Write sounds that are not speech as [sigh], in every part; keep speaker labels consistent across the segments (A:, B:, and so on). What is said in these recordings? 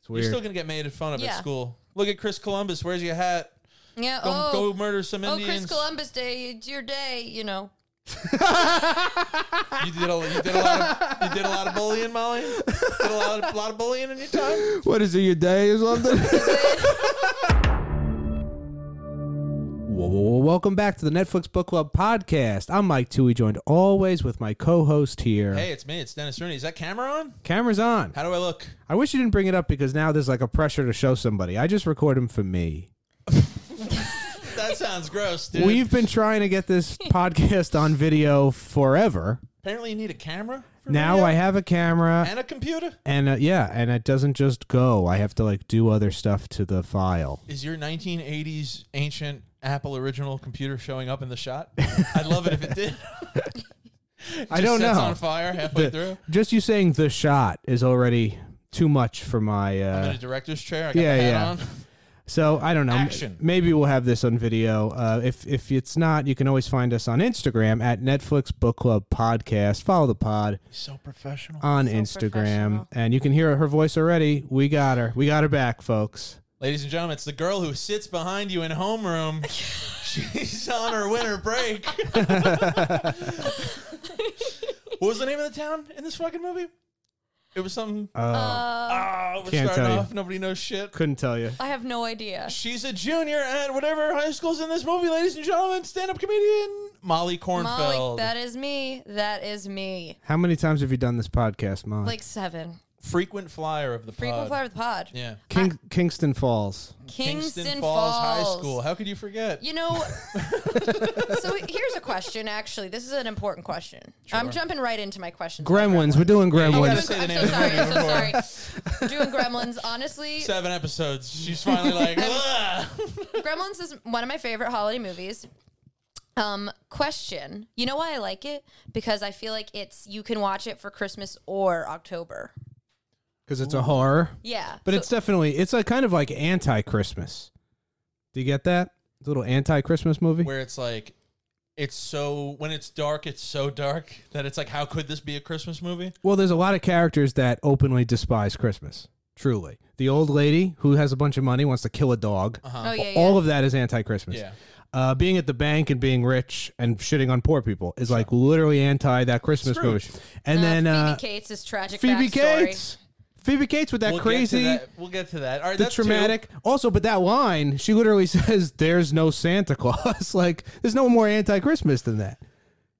A: It's weird.
B: You're still gonna get made fun of
C: Yeah.
B: at school. Look at Chris Columbus. Where's your hat?
C: Yeah.
B: Go,
C: oh,
B: go murder some
C: oh,
B: Indians.
C: Chris Columbus Day. It's your day. You know.
B: You did a you did a lot of you did a lot of bullying, Molly. You did a lot of, lot of bullying in your time.
A: what is it, your day or
B: [laughs]
A: something? Whoa, whoa, whoa. Welcome back to the Netflix Book Club podcast. I'm Mike Tui, joined always with my co-host here.
B: Hey, it's me. It's Dennis Rooney. Is that camera on?
A: Camera's on.
B: How do I look?
A: I wish you didn't bring it up because now there's like a pressure to show somebody. I just record him for me.
B: That sounds gross, dude.
A: We've been trying to get
B: [laughs]
A: this podcast on video forever.
B: Apparently, you need a camera. For
A: Now
B: video
A: I have a camera
B: and a computer.
A: and uh, yeah, and it doesn't just go. I have to like do other stuff to the
B: [laughs]
A: file.
B: Is your 1980s ancient Apple original computer showing up in the shot? I'd love it if it did.
A: [laughs] I don't
B: Sets
A: know.
B: on fire halfway through.
A: Just you saying the shot is already too much for my uh
B: I'm in a director's chair. I got
A: yeah,
B: the hat
A: yeah.
B: on.
A: So I don't know. M-
B: Action.
A: Maybe we'll have this on video. Uh, if if it's not, you can always find us on Instagram at Netflix Book Club Podcast. Follow the pod
B: So professional.
A: on
C: So
A: Instagram,
C: professional.
A: and you can hear her voice already. We got her. We got her back, folks.
B: Ladies and gentlemen, it's the girl who sits behind you in
C: [laughs]
B: homeroom. She's on her winter break. what was the name of the town in this fucking movie? It was something.
A: Uh,
B: Ah, we're
A: can't
B: starting
A: tell you.
B: off. Nobody knows shit.
A: couldn't tell you.
C: I have no idea.
B: She's a junior at whatever high school's in this movie, ladies and gentlemen. Stand up comedian Molly
C: Molly,
B: Cornfeld.
C: that is me. That is me.
A: How many times have you done this podcast, Mom?
C: Like seven.
B: frequent flyer of the
C: Frequent
B: pod.
C: flyer with pod.
B: Yeah.
A: King, Kingston Falls.
C: Kingston,
B: High School. How could you forget? [laughs]
C: You know, so here's a question. Actually, this is an important question. I'm jumping right into my question.
A: Gremlins. We're doing
B: you
C: I'm
B: gotta
A: Gremlins.
B: say
C: doing-
B: the
C: I'm
B: name
C: so
B: of the
C: sorry.
B: movie
C: I'm
B: before.
C: so sorry. Doing Gremlins.
B: [laughs]
C: Honestly,
B: Seven episodes. She's finally
C: [laughs]
B: like, "Ugh."
C: Gremlins is one of my favorite holiday movies. Um, question. You know why I like it? Because I feel like it's you can watch it for Christmas or October.
A: Because it's a horror.
C: Yeah,
A: But
C: So-
A: it's definitely, it's like kind of like anti Christmas. Do you get that? It's a little anti Christmas movie?
B: where it's like, it's so when it's dark, it's so dark that it's like, how could this be a Christmas movie?
A: Well, there's a lot of characters that openly despise Christmas. Truly, the old lady who has a bunch of money wants to kill a dog.
C: oh yeah, yeah.
A: All of that is anti-Christmas.
B: Yeah.
A: Uh, being at the bank and being rich and shitting on poor people is like literally anti that Christmas
B: Scrooge.
A: movie. And
C: Uh,
A: then
C: Phoebe
A: uh,
C: Cates is tragic.
A: Phoebe
C: backstory.
A: Cates, Phoebe Cates with that
B: We'll
A: crazy,
B: Get to that. We'll get to that. All right.
A: the
B: that's two.
A: traumatic. Also, but that line, she literally [laughs] says, "There's no Santa Claus." [laughs] like, there's no more anti-Christmas than that.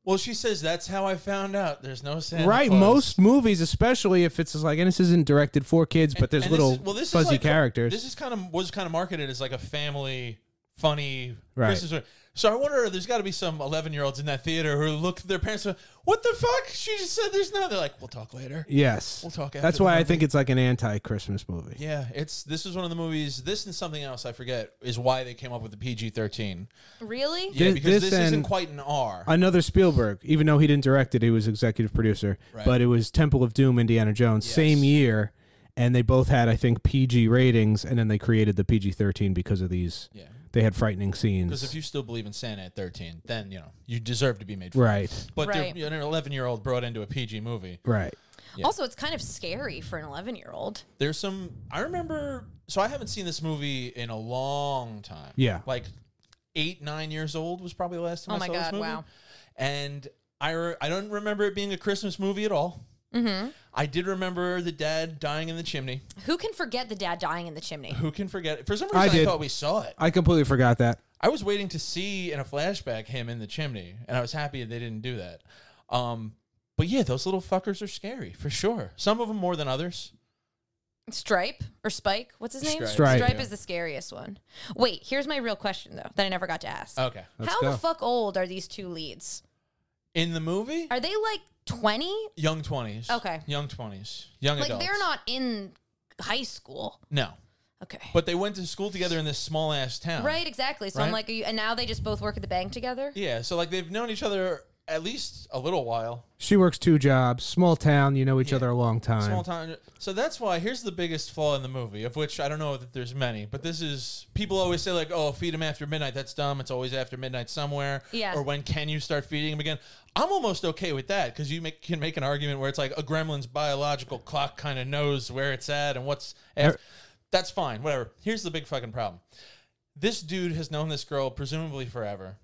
B: Well, she says that's how I found out. There's no Santa
A: right
B: Claus."
A: most movies especially if it's just like and this isn't directed for kids but there's
B: And
A: little
B: this is, well, this
A: fuzzy
B: is like,
A: characters
B: This is kind of was kind of marketed as like a family funny
A: Right.
B: Christmas. movie. So I wonder, there's got to be some 11 year olds in that theater who look their parents. Are, what the fuck? She just said there's none. They're like, we'll talk later.
A: yes
B: We'll talk after
A: that's
B: the
A: why i
B: movie.
A: think it's like an anti-christmas movie
B: Yeah, it's this is one of the movies. This and something else I forget is why they came up with the PG 13.
C: Really?
B: Yeah,
A: Thi-
B: because
A: this
B: this, isn't
A: and-
B: quite an R.
A: another spielberg even though he didn't direct it he was executive producer
B: Right.
A: but it was temple of doom indiana jones same year and they both had i think pg ratings and then they created the pg-13 because of these
B: yeah,
A: they had frightening
B: because
A: scenes
B: if you still believe in Santa at 13, then you know you deserve to be made fun. of.
A: right
B: But they're-
C: Right.
B: you know, an 11 year old brought into a PG movie.
A: right
C: Also, it's kind of scary for an 11 year old.
B: There's some. I remember. So I haven't seen this movie in a long time.
A: Yeah.
B: like eight, nine years old was probably the last time
C: Oh
B: I
C: my
B: saw this
C: God,
B: movie.
C: wow.
B: And I re- I don't remember it being a Christmas movie at all.
C: Mm-hmm.
B: I did remember the dad dying in the chimney.
C: Who can forget the dad dying in the chimney?
B: Who can forget? it? For some
A: I
B: reason, I,
A: did.
B: thought we saw it.
A: i completely forgot that
B: I was waiting to see in a flashback him in the chimney, and I was happy they didn't do that. Um, but yeah, those little fuckers are scary for sure. Some of them more than others.
C: Stripe or Spike? What's his name?
B: Stripe.
A: Stripe.
C: Stripe is the scariest one. Wait, here's my real question though that I never got to ask.
B: Okay.
A: Oh, Let's
C: How
A: go.
C: the fuck old are these two leads?
B: In the movie,
C: Are they like 20?
B: Young twenties.
C: Okay.
B: Young twenties. Young
C: Like
B: adults.
C: they're not in high school.
B: No,
C: Okay.
B: but they went to school together in this small ass town.
C: right, exactly. So I'm
B: Right?
C: like, are you, and now they just both work at the bank together?
B: Yeah. So like they've known each other at least a little while.
A: She works two jobs, small town, you know each
B: Yeah.
A: other a long time.
B: Small town. So that's why here's the biggest flaw in the movie, of which I don't know that there's many, but this is people always say like, "Oh, feed him after midnight." That's dumb. It's always after midnight somewhere.
C: Yeah.
B: Or when can you start feeding him again? I'm almost okay with that because you make, can make an argument where it's like a gremlin's biological clock kind of knows where it's at and what's. af- that's fine. Whatever. Here's the big fucking problem. This dude has known this girl presumably forever.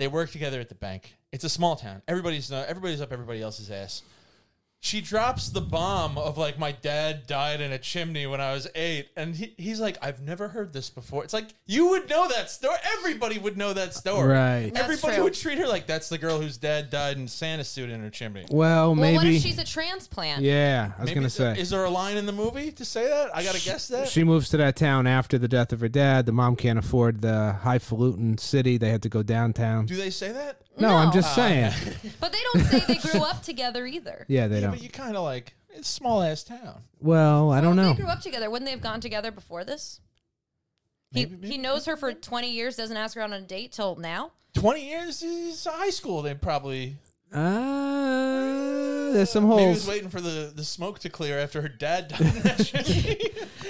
B: They work together at the bank. It's a small town. Everybody's everybody's up everybody else's ass she drops the bomb of like my dad died in a chimney when I was eight, and he, he's like, I've never heard this before. It's like you would know that story. Everybody would know that story.
A: Right.
C: That's
B: Everybody
C: true.
B: would treat her like that's the girl whose dad died in Santa suit in her chimney.
A: Well,
C: Well,
A: maybe.
C: what if she's a transplant?
A: yeah, I was
B: Maybe
A: gonna
B: th-
A: say.
B: is there a line in the movie to say that? I gotta guess that.
A: She moves to that town after the death of her dad. The mom can't afford the highfalutin city. They had to go downtown.
B: Do they say that?
A: No, I'm
C: No.
A: just saying.
C: But they don't say they grew up together either.
A: [laughs] Yeah, they
B: [laughs] Yeah,
A: don't.
B: but you kind of like it's small ass town.
A: well, I don't
C: Well,
A: know.
C: They grew up together. Wouldn't they have gone together before this? He,
B: Maybe-
C: he knows her for 20 years, doesn't ask her out on a date till now.
B: Twenty years is high school. They probably
A: Uh, there's some
B: maybe he was
A: holes.
B: waiting for the, the smoke to clear after her dad died [laughs] in that chimney.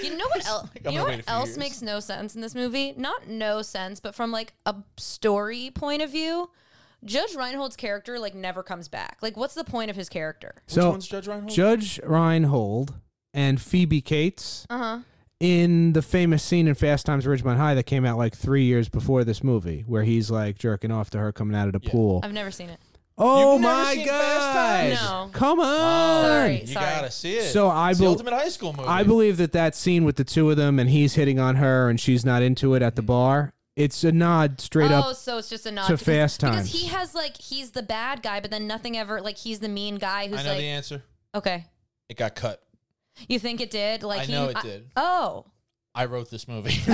C: You know
B: [laughs]
C: what else?
B: I'm
C: you know
B: gonna wait
C: what
B: a few
C: else
B: years.
C: makes no sense in this movie? Not no sense, but from like a story point of view, Judge Reinhold's character like never comes back. Like, what's the point of his character?
B: Which
A: So
B: one's Judge Reinhold?
A: Judge Reinhold and Phoebe Cates
C: Uh huh.
A: in the famous scene in Fast Times at Ridgemont High that came out like three years before this movie, where he's like jerking off to her coming out of the
B: Yeah.
A: pool.
C: I've never seen it.
A: oh
B: You've never
A: my
B: seen Fast
A: god!
B: Times?
C: No.
A: Come on!
C: Sorry.
B: Oh, You gotta see it.
A: So I
B: it's the
A: bel-
B: ultimate high school movie.
A: I believe that that scene with the two of them and he's hitting on her and she's not into it
B: Mm-hmm.
A: at the bar. It's a nod straight
C: oh,
A: up.
C: so it's just a nod
A: to
C: because,
A: Fast
C: because
A: Times.
C: he has like he's the bad guy, but then nothing ever like he's the mean guy who's
B: I know
C: like
B: the answer.
C: okay.
B: It got cut.
C: You think it did? Like
B: I
C: he,
B: know it did.
C: Oh,
B: I wrote this movie.
C: [laughs]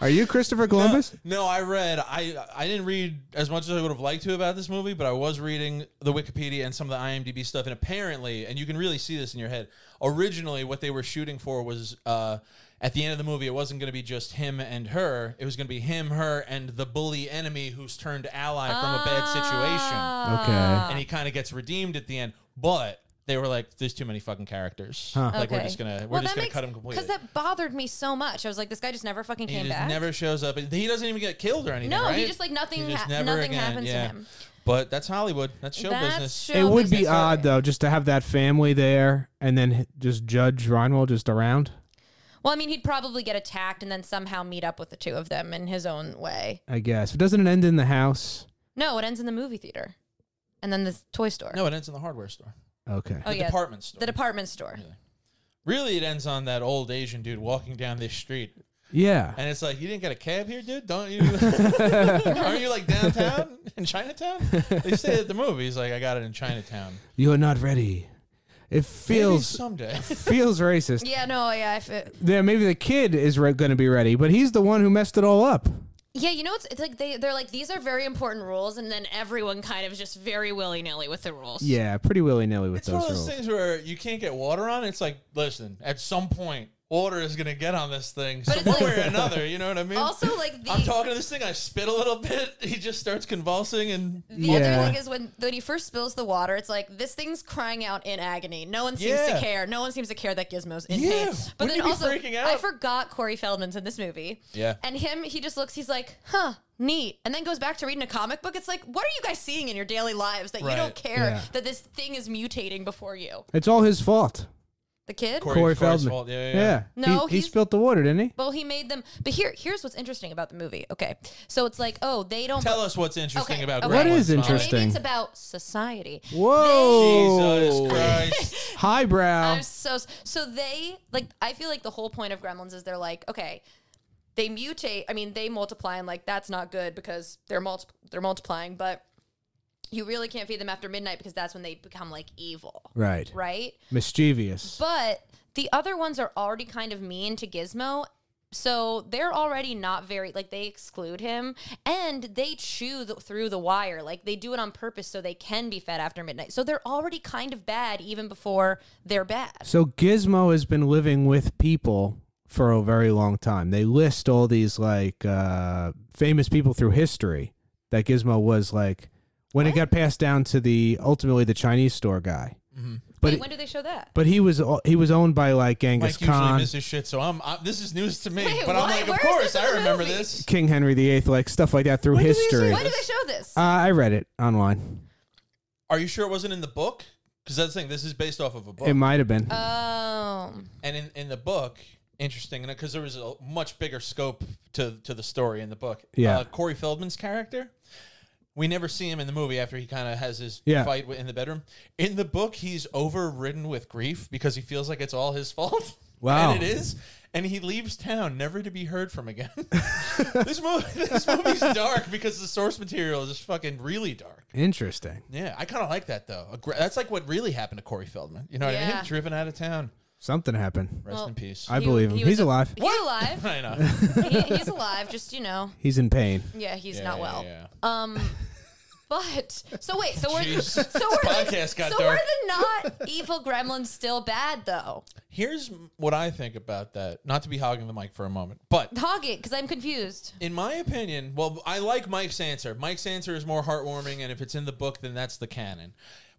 A: Are you Christopher Columbus?
B: [laughs] no, I read. I I didn't read as much as I would have liked to about this movie, but I was reading the Wikipedia and some of the IMDb stuff, and apparently, and you can really see this in your head. Originally, what they were shooting for was uh, at the end of the movie, it wasn't going to be just him and her. It was going to be him, her, and the bully enemy who's turned ally from a bad situation.
C: Ah.
A: Okay.
B: and he kind of gets redeemed at the end. But they were like, "There's too many fucking characters. Like we're
C: Okay.
B: just gonna we're
C: Well,
B: just
C: that
B: gonna
C: makes-
B: cut him completely."
C: Because that bothered me so much. I was like, this guy just never fucking
B: he
C: came
B: just
C: back.
B: never shows up. He doesn't even get killed or anything.
C: no, he
B: right?
C: just like nothing.
B: He just
C: ha-
B: never
C: nothing
B: again,
C: happens
B: yeah.
C: to him.
B: But that's Hollywood. That's show
C: That's
B: business.
C: show
A: It would be
C: business, right?
A: odd though, just to have that family there and then h- just Judge Reinhold just around.
C: Well, I mean, he'd probably get attacked and then somehow meet up with the two of them in his own way.
A: I guess. But doesn't it end in the house?
C: No, it ends in the movie theater, and then the toy store.
B: no, it ends in the hardware store,
A: Okay.
C: oh
B: the
C: yeah,
B: department store.
C: the department store.
B: really, it ends on that old Asian dude walking down this street,
A: Yeah.
B: and it's like, "You didn't get a cab here, dude?
A: [laughs]
B: Don't you? Aren't you like downtown in Chinatown?" They say at the movie, he's like, "I got it in Chinatown."
A: You're not ready. It
B: Maybe
A: feels [laughs]
B: someday. [laughs]
A: feels racist.
C: Yeah, no, yeah, I fe-
A: Yeah, maybe the kid is re- going to be ready, but he's the one who messed it all up.
C: yeah. You know, it's, it's like they they're like these are very important rules, and then everyone kind of is just very willy nilly with the rules.
A: Yeah, pretty willy nilly with
B: It's one
A: those
B: of those
A: rules.
B: things where you can't get water on. It's like, listen, at some point, water is gonna get on this thing, so
C: it's
B: one
C: like-
B: way or another. You know what I mean?
C: Also, like the
B: I'm talking to this thing. I spit a little bit. [laughs] He just starts convulsing, and
C: The
A: Yeah.
C: other thing is when when he first spills the water, it's like this thing's crying out in agony. No one seems
B: Yeah.
C: to care. No one seems to care that Gizmo's in
B: Yeah.
C: pain. But
B: Wouldn't you be
C: then also,
B: freaking out?
C: I forgot Corey Feldman's in this movie.
B: Yeah.
C: and him, he just looks. He's like, huh. Neat, and then goes back to reading a comic book. It's like, what are you guys seeing in your daily lives that you
B: Right.
C: don't care
A: Yeah.
C: that this thing is mutating before you?
A: It's all his fault.
C: The kid.
B: Corey,
A: Corey
B: Corey's
A: Feldman.
B: fault. Yeah, yeah,
A: Yeah.
B: yeah.
C: No,
A: he, he
C: he's-
A: spilt the water,
B: [laughs]
A: didn't he?
C: Well, he made them. But here, here's what's interesting about the movie. Okay, so it's like, oh, they don't.
B: Tell us what's interesting
C: Okay,
B: about
C: okay.
A: What
B: Gremlins,
A: is
B: Mom.
C: and maybe
A: interesting.
C: it's about society.
A: Whoa! Oh. [laughs]
B: Jesus Christ!
A: Highbrow.
C: I'm so so they like I feel like the whole point of Gremlins is they're like okay they mutate I mean they multiply and like that's not good because they're multi- they're multiplying but you really can't feed them after midnight because that's when they become like evil
A: Right.
C: right
A: Mischievous.
C: but the other ones are already kind of mean to Gizmo. So they're already not very like they exclude him and they chew the, through the wire like they do it on purpose so they can be fed after midnight. So they're already kind of bad even before they're bad.
A: So Gizmo has been living with people for a very long time. They list all these like uh, famous people through history that Gizmo was like when it got passed down to the ultimately the Chinese store guy. But
C: Wait,
A: it-
C: when did they show that?
A: but he was uh, he was owned by like Genghis
B: Mike usually
A: Khan,
B: misses shit, so I'm. I, this is news to me.
C: Wait,
B: but I'm
C: why?
B: like,
C: Where
B: of
C: is
B: course,
C: this in
B: I
C: the
B: remember
C: movie?
B: this.
A: King Henry VIII, like stuff like that through
B: When did they say
A: history.
B: what?
C: When did they show this?
A: Uh, I read it online.
B: Are you sure it wasn't in the book? Because that's the thing. This is based off of a book,
A: It might have
C: uh,
A: been.
C: oh,
B: and in, in the book, interesting, because there was a much bigger scope to to the story in the book.
A: Yeah.
B: uh, Corey Feldman's character. We never see him in the movie after he kind of has his
A: Yeah.
B: fight in the bedroom. In the book, he's overridden with grief because he feels like it's all his fault. [laughs]
A: Wow.
B: and it is. And he leaves town, never to be heard from again. [laughs] this movie, [laughs] this movie's dark because the source material is just fucking really dark.
A: Interesting.
B: Yeah, I kind of like that though. A gra- That's like what really happened to Corey Feldman. You know what I
C: Yeah.
B: mean? Driven out of town.
A: Something happened.
B: Rest
C: Well,
B: in peace.
A: I believe him.
C: he
A: He's
C: was a-
A: alive.
C: He's
B: [laughs]
C: alive.
B: I know. He's
C: he, he's alive. Just you know,
A: He's in pain.
C: yeah, he's not well.
B: Uh,
C: Um, but so wait, so we're
B: Jeez.
C: so we're the,
B: Podcast got
C: so
B: dark.
C: we're the not evil gremlins still bad though?
B: Here's m- what I think about that. Not to be hogging the mic for a moment, but
C: Hog it, because I'm confused.
B: in my opinion, well, I like Mike's answer. Mike's answer is more heartwarming, and if it's in the book, then that's the canon.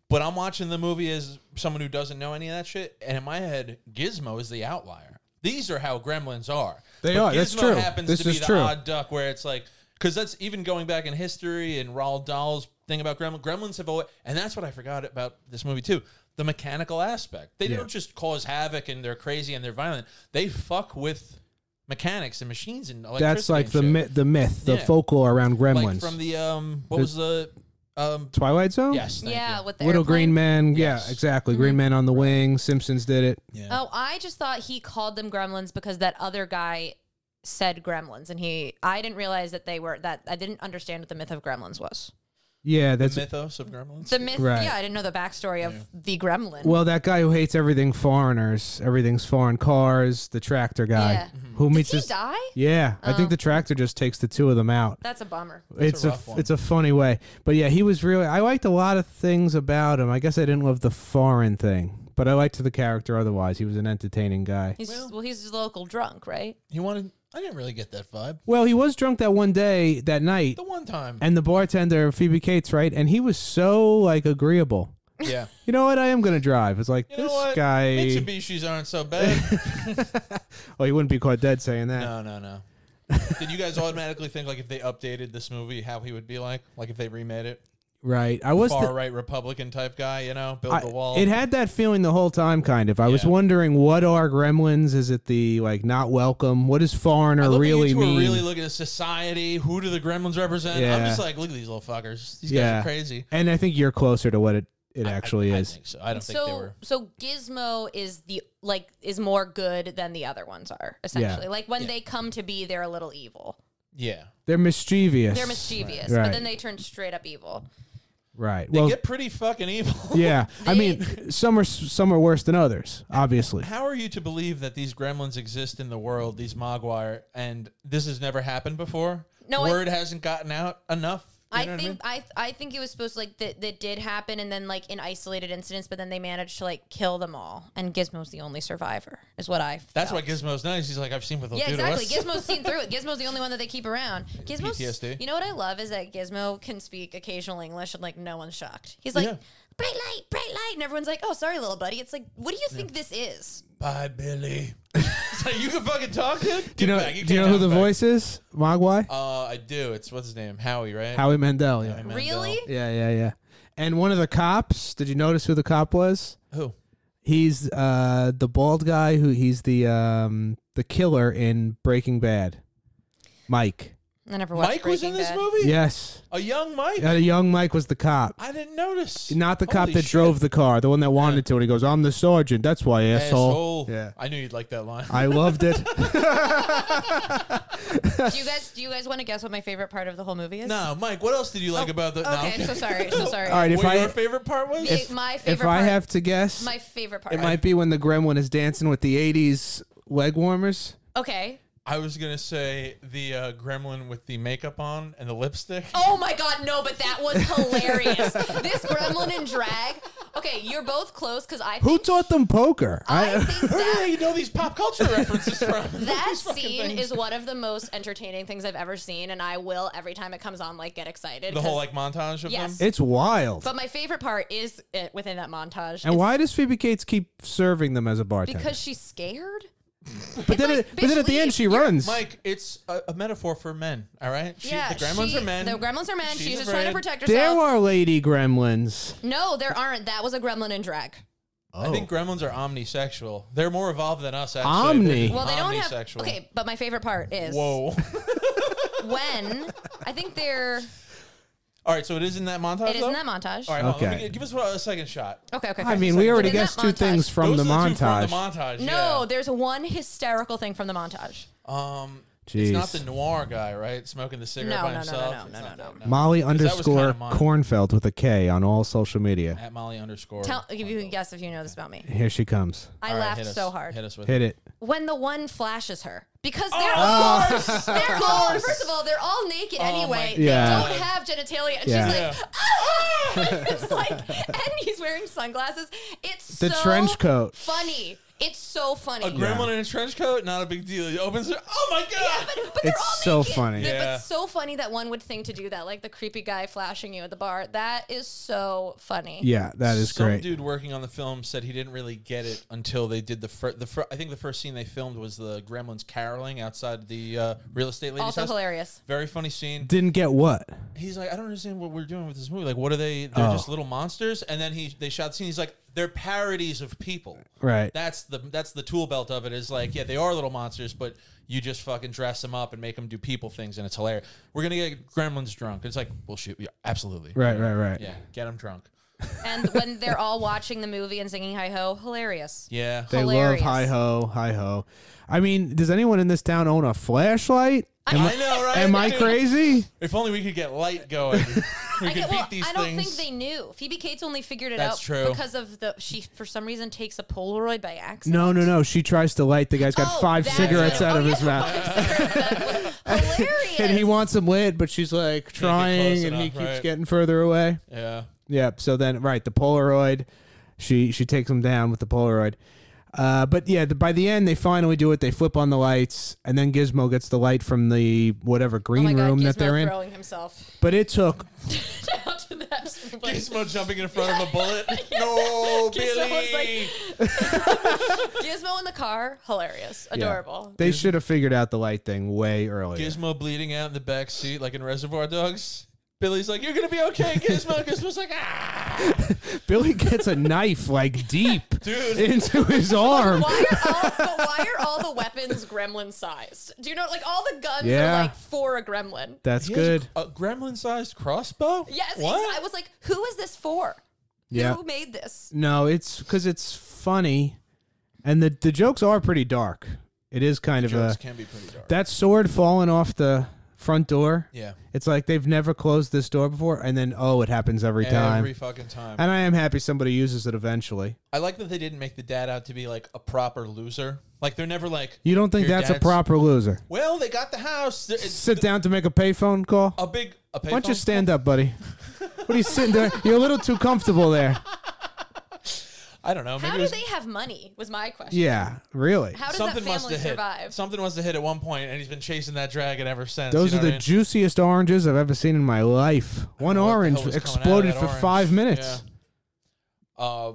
B: But I'm watching the movie as someone who doesn't know any of that shit, and in my head, Gizmo is the outlier. These are how gremlins are.
A: They
B: But
A: are.
B: Gizmo
A: That's true.
B: happens
A: This
B: to be
A: is
B: the
A: true.
B: odd duck where it's like, because that's even going back in history and Roald Dahl's thing about gremlins. Gremlins have always, and that's what I forgot about this movie too. The mechanical aspect. They
A: Yeah.
B: don't just cause havoc and they're crazy and they're violent. They fuck with mechanics and machines and electricity.
A: That's like
B: and
A: the
B: shit.
A: myth, the myth, the
B: Yeah.
A: folklore around
B: like
A: gremlins.
B: from the um, what was the um,
A: Twilight Zone.
B: yes, thank
C: yeah,
B: you.
C: with the
A: Little
C: airplane.
A: Green Man.
B: Yes.
A: Yeah,
C: Mm-hmm.
A: exactly. Green Man on the Wing. Simpsons did it.
B: yeah.
C: Oh, I just thought he called them gremlins because that other guy said gremlins, and he I didn't realize that they were that I didn't understand what the myth of gremlins was.
A: Yeah, that's
B: mythos of gremlins.
C: The myth,
A: Right.
C: yeah, I didn't know the backstory of the gremlin.
A: well that guy who hates everything foreigners, everything's foreign cars. The tractor guy
C: Yeah.
B: Mm-hmm.
A: who
C: Did
A: meets
C: he
A: his.
C: die? Oh.
A: Yeah, I think the tractor just takes the two of them out.
C: That's a bummer.
A: it's
B: a
A: a,
B: rough one.
A: it's a funny way, but yeah, he was really. I liked a lot of things about him. I guess I didn't love the foreign thing, but I liked the character otherwise. He was an entertaining guy.
C: He's well, he's just a local drunk, right?
B: He wanted. I didn't really get that vibe.
A: Well, he was drunk that one day, that night,
B: The
A: [laughs]
B: one time,
A: and the bartender Phoebe Cates, right? And he was so like agreeable.
B: yeah.
A: You know what? I am gonna drive. It's like
B: You know
A: this
B: what?
A: guy.
B: Mitsubishi's aren't
A: [laughs]
B: so bad.
A: Oh, you wouldn't be caught dead saying that.
B: no, no, no. Did you guys automatically think like if they updated this movie, how he would be like? Like if they remade it,
A: Right? I was.
B: far
A: the-
B: right Republican type guy, you know, build
A: I-
B: the wall.
A: it had that feeling the whole time, kind of. I was
B: Yeah.
A: wondering, what are gremlins? Is it the like not welcome? What does foreigner
B: I love that
A: really
B: you two are
A: mean?
B: really looking at society. Who do the gremlins represent? I'm
A: Yeah.
B: just like, look at these little fuckers. These guys
A: Yeah.
B: are crazy.
A: and I think you're closer to what it, it
B: I-
A: actually
B: I,
A: is.
B: think so. I don't think they
C: So
B: were.
C: so Gizmo is the like is more good than the other ones are essentially. Like when they come to be, they're a little evil.
B: Yeah.
A: They're mischievous.
C: They're mischievous,
A: Right.
C: but then they turn straight up evil.
A: Right.
B: They
A: well,
B: get pretty fucking evil.
A: [laughs] yeah. I mean, some are s- some are worse than others, obviously.
B: [laughs] How are you to believe that these gremlins exist in the world, these Mogwai, and this has never happened before?
C: No, I-
B: Word hasn't gotten out enough. You know
C: I
B: what
C: think I, I think it was supposed to like that that did happen and then like in isolated incidents, but then they managed to like kill them all, and Gizmo's the only survivor, is what I.
B: That's
C: felt.
B: why Gizmo's nice. He's like, I've seen what they'll
C: Yeah,
B: do
C: exactly.
B: to us.
C: Gizmo's seen
B: [laughs]
C: through it. Gizmo's the only one that they keep around. Gizmo's.
B: PTSD.
C: You know what I love is that Gizmo can speak occasional English and like no one's shocked. He's like,
B: Yeah.
C: bright light, bright light, and everyone's like, oh, sorry, little buddy. It's like, what do you think this is?
B: Bye, Billy.
A: [laughs]
B: it's like, you can fucking talk, dude. Get
A: Do you know?
B: back.
A: do you
B: can't
A: know who the
B: have him back.
A: voice is? Mogwai.
B: Uh, I do. It's what's his name? Howie, right?
A: Howie Mandel. Yeah.
B: Mandel.
C: Really?
A: Yeah. Yeah. Yeah. And one of the cops. Did you notice who the cop was?
B: Who?
A: He's uh the bald guy who he's the um the killer in Breaking Bad. Mike.
C: I never watched
B: Mike was in
C: Breaking
B: this
C: Bad.
B: movie?
A: Yes.
B: A young Mike?
A: Uh, young Mike was the cop.
B: I didn't notice.
A: Not the cop
B: Holy
A: that
B: shit.
A: drove the car, the one that wanted to, and he goes, I'm the sergeant. That's why,
B: Asshole.
A: Yeah.
B: I knew you'd like that line.
A: I loved it.
C: Do you guys do you guys want to guess what my favorite part of the whole movie is?
B: no, Mike, what else did you like about the. no, I'm
C: Oh, Okay, so
B: kidding.
C: sorry, so sorry.
A: All right, if
B: what
A: I
B: your favorite part was?
C: If- my favorite
A: if I
C: part-
A: have to guess,
C: My favorite part.
A: it might be when the gremlin is dancing with the '80s leg warmers.
C: Okay.
B: I was gonna say the uh, gremlin with the makeup on and the lipstick.
C: Oh my god, no, but that was hilarious. this gremlin in drag. Okay, Okay, you're both close because I
A: Who
C: think,
A: taught them poker?
C: I
A: I, [laughs]
C: think
B: Where do
C: that
B: you know these pop culture references from?
C: [laughs] that
B: These fucking
C: scene
B: things.
C: is one of the most entertaining things I've ever seen, and I will every time it comes on like get excited.
B: the whole
C: 'cause-
B: like montage of
C: Yes.
B: them.
A: it's wild.
C: but my favorite part is it within that montage.
A: and
C: It's
A: why does Phoebe Cates keep serving them as a bartender?
C: Because she's scared.
A: but then,
C: like,
A: it- but then
C: bitch,
A: at the end
C: leave.
A: she
C: You're-
A: runs.
B: Mike, it's a, a metaphor for men. All right, She-
C: yeah,
B: the gremlins
C: she-
B: are men.
C: The gremlins are men. She's, just trying to
B: afraid.
C: protect herself.
A: there are lady gremlins.
C: no, there aren't. That was a gremlin in drag.
B: I think gremlins are omnisexual. They're more evolved than us. Actually,
A: Oh. Omni.
B: They're
C: Well, they don't have.
B: omnisexual.
C: Okay, but my favorite part is
B: Whoa. [laughs]
C: when I think they're.
B: All right, so it is in that montage.
C: It is in
B: though?
C: that montage.
B: All right, hold on, let me
A: Okay.
B: get- give us a second shot.
C: Okay, okay.
A: I
C: okay.
A: mean, we already
C: Within
A: guessed
C: that
A: two
C: montage-
A: things from
B: Those
A: the,
B: are two
A: montage.
B: From the montage.
C: No, there's one hysterical thing from the montage.
B: yeah. Um,
A: Jeez.
B: it's not the noir guy, right? Smoking the cigarette
C: No,
B: by
C: no, no, no,
B: himself.
C: no,
B: It's
C: no,
B: not
C: no,
B: that.
A: Molly
B: was
A: underscore
B: kinda mine.
A: Cornfeld with a K on all social media.
B: At Molly underscore.
C: Tell, I'll give you a guess if you know this about me.
A: Here she comes.
C: I
B: All right,
C: laughed
B: hit us.
C: so hard
B: Hit us with
A: Hit it.
C: when the one flashes her because they're
A: [laughs]
C: all,
B: Oh, of course.
C: they're all first of all they're all naked anyway. They
A: Yeah.
C: don't have genitalia. And
A: Yeah.
C: She's like,
B: Oh Yeah.
C: "Ah!" [laughs] it's like, and he's wearing sunglasses. It's
A: The
C: so
A: trench coat.
C: Funny. It's so funny.
B: A gremlin in a trench coat, not a big deal. He opens it. Oh my god!
C: but, but they're
A: It's
C: all
A: so
C: naked.
A: funny.
C: But-
B: Yeah.
C: But so funny that one would think to do that, like the creepy guy flashing you at the bar. That is so funny.
A: Yeah, that is
B: Some
A: great.
B: dude working on the film said he didn't really get it until they did the fir- the fir- I think the first scene they filmed was the gremlins caroling outside the uh, real estate lady's
C: Also
B: house.
C: hilarious.
B: Very funny scene.
A: Didn't get what?
B: He's like, I don't understand what we're doing with this movie. Like, what are they? They're
A: Oh.
B: just little monsters. And then he they shot the scene. He's like, they're parodies of people.
A: Right.
B: That's the that's the tool belt of it. Is like, yeah, they are little monsters, but you just fucking dress them up and make them do people things, and it's hilarious. We're gonna get gremlins drunk. It's like, well, shoot, yeah, absolutely,
A: Right, right, right.
B: Yeah, get them drunk.
C: And when they're all watching the movie and singing "Hi Ho," hilarious.
B: Yeah,
A: They
C: Hilarious.
A: love hi ho, hi ho. I mean, does anyone in this town own a flashlight? Am
B: I know, right?
A: am I
B: Dude,
A: crazy?
B: If only we could get light going,
A: [laughs]
B: we could
C: I, get,
B: beat
C: well,
B: these
C: I don't
B: things.
C: think they knew. Phoebe Cates only figured it
B: That's
C: out
B: true.
C: because of the she for some reason takes a Polaroid by accident.
A: No, [laughs] no, no. She tries to light. The guy's got
C: Oh,
A: five
C: that's
A: cigarettes
C: it.
A: out
C: Oh,
A: of
C: yeah,
A: his mouth.
C: hilarious.
A: And he wants them lit, but she's like trying,
B: close
A: and he
B: enough,
A: keeps
B: right.
A: getting further away.
B: yeah,
A: Yep. So then, right, the Polaroid, she she takes him down with the Polaroid. Uh, but yeah, the, by the end they finally do it. They flip on the lights, and then Gizmo gets the light from the whatever
C: Oh my
A: green
C: God,
A: room
C: Gizmo
A: that they're in.
C: throwing himself [laughs]
A: But it took
C: down to that.
B: Gizmo jumping in front of a
C: [laughs]
B: bullet. No, Billy.
C: Gizmo was like- [laughs] Gizmo in the car, hilarious,
A: yeah.
C: adorable.
A: They should have figured out the light thing way earlier.
B: Gizmo bleeding out in the back seat, like in Reservoir Dogs. Billy's like, "You're gonna be okay,
A: [laughs]
B: Gizmo." Gizmo's like, "Ah,
A: Billy gets a knife like deep
B: [laughs] Dude.
A: into his arm.
C: Why are
A: [laughs]
C: all, but why are all the weapons gremlin sized? Do you know, like all the guns
A: Yeah.
C: are like for a gremlin?
A: That's
B: He has
A: good.
B: A, gremlin-sized crossbow.
C: Yes,
B: What?
C: ex- I was like, who is this for?
A: Yeah.
C: Who made this?
A: No, it's because it's funny, and the the jokes are pretty dark. It is kind of
B: Jokes
A: a
B: can be pretty dark.
A: that sword falling off the front door.
B: yeah.
A: It's like they've never closed this door before, and then oh, it happens every time.
B: Every fucking time.
A: and I am happy somebody uses it eventually.
B: I like that they didn't make the dad out to be like a proper loser. Like they're never like.
A: You don't think
B: "Your
A: that's a
B: dad's-
A: proper loser?
B: Well, they got the house. There- It's
A: Sit down to make a payphone call.
B: a big. A
A: Why don't you
B: payphone?
A: stand up,
B: [laughs]
A: buddy? What are you sitting there? You're a little too comfortable there.
B: I don't know. Maybe
C: How
B: it
C: do
B: was-
C: they have money? Was my question.
A: Yeah, really.
C: How does
B: something
C: that
B: must
C: family
B: have hit.
C: survive?
B: Something must have hit at one point, and he's been chasing that dragon ever since.
A: Those
B: you
A: are the
B: know what I mean?
A: juiciest oranges I've ever seen in my life. One
B: what the hell
A: orange
B: was coming out of
A: exploded
B: that
A: for
B: orange.
A: five minutes.
B: Yeah. Um,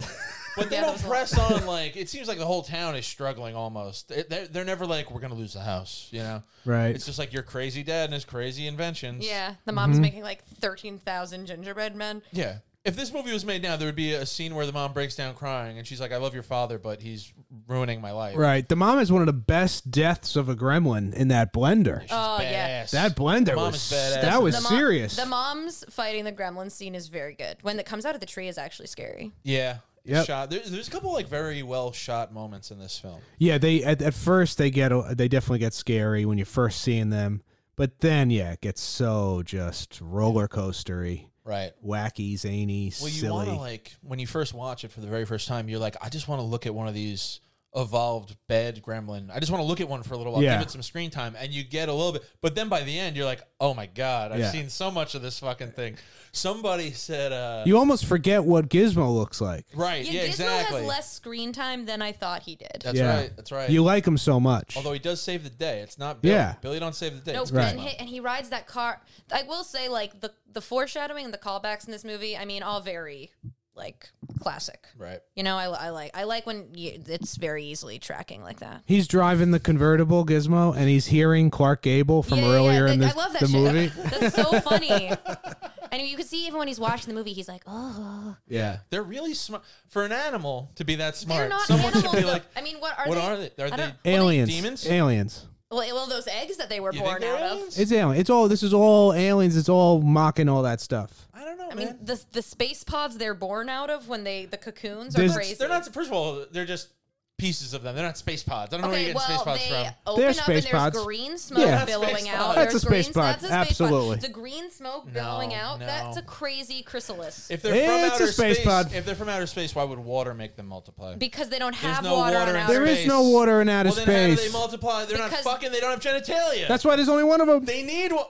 B: but they
C: [laughs]
B: don't
C: Yeah, that was a
B: press
C: [laughs]
B: on like it seems like the whole town is struggling almost. It- They're, they're never like we're gonna lose the house, you know.
A: Right.
B: It's just like your crazy dad and his crazy inventions.
C: Yeah, the mom's
A: Mm-hmm.
C: making like 13,000 gingerbread men.
B: yeah. If this movie was made now, there would be a scene where the mom breaks down crying and she's like, "I love your father, but he's ruining my life."
A: Right. The mom is one of the best deaths of a gremlin in that blender.
B: She's
C: Oh, yeah.
B: badass.
A: That blender
B: Mom
A: was
B: is badass.
A: that was
C: The mom-
A: serious.
C: The mom's fighting the gremlin scene is very good. When it comes out of the tree is actually scary.
B: yeah.
A: Yep.
B: Shot. There, there's a couple like very well shot moments in this film.
A: yeah, they at, at first they get a- they definitely get scary when you're first seeing them, but then yeah, it gets so just roller coastery,
B: Right.
A: wacky, zany,
B: Well, you
A: silly.
B: want to like when you first watch it for the very first time, you're like, I just want to look at one of these evolved bed gremlin. I just want to look at one for a little while,
A: Yeah.
B: give it some screen time, and you get a little bit. But then by the end, you're like, oh my god, I've
A: Yeah.
B: seen so much of this fucking thing. Somebody said, uh,
A: You almost forget what Gizmo looks like.
B: right, yeah,
C: Gizmo
B: exactly.
C: has less screen time than I thought he did.
B: that's
A: Yeah.
B: right. That's right.
A: You like him so much.
B: Although he does save the day. It's not Billy.
A: Yeah.
B: Billy don't save the day.
C: No,
B: It's
A: Right.
C: and, he, and he rides that car. I will say, like the the foreshadowing and the callbacks in this movie. I mean, all very like classic.
B: Right.
C: You know, I, I like I like when you, it's very easily tracking like that.
A: he's driving the convertible Gizmo, and he's hearing Clark Gable from
C: Yeah, yeah,
A: earlier
C: yeah.
A: in
C: Like,
A: the, the
B: [laughs]
A: movie.
C: [laughs]
A: [laughs]
C: That's so funny. and you can see even when he's watching the movie, he's like, oh,
A: yeah.
B: They're really smart for an animal to be that smart.
C: they're not
B: someone
C: animals.
B: should be
C: though.
B: like,
C: I mean, what are
B: what
C: they?
B: are they? Are
C: I
B: they?
C: don't-
A: Aliens.
B: Demons?
A: Aliens.
C: Well, well, those eggs that they were
B: You think
C: born
B: they're
C: out of.
B: aliens?
A: It's alien. It's all. This is all aliens. It's all mocking all that stuff.
B: I don't know,
C: I
B: man.
C: mean, the the space pods they're born out of when they the cocoons
A: There's-
C: are crazy.
B: they're not. First of all, they're just pieces of them. They're not space pods. I don't know where you
C: Okay,
B: get
C: well,
B: space pods
C: they
B: from.
A: They're
C: open up
A: space
C: and
A: pods.
C: there's green smoke
A: Yeah. That's
B: a
C: billowing
B: space
C: out.
A: That's
B: pod.
C: There's
A: a space
C: green-
A: pod,
C: That's a space
A: absolutely.
C: pod. The green smoke billowing out.
B: no.
C: That's a crazy chrysalis.
B: If they're
A: It's
B: from outer
A: a space
B: space,
A: pod.
B: if they're from outer space, why would water make them multiply?
C: because they don't
B: There's
C: have
B: no
C: water,
B: water
C: on
B: in
C: outer
A: There is
B: space.
A: no water in outer
B: well, then how do
A: space.
B: they multiply? They're
C: Because-
B: not fucking. They don't have genitalia.
A: That's why there's only one of them.
B: they need. Wa-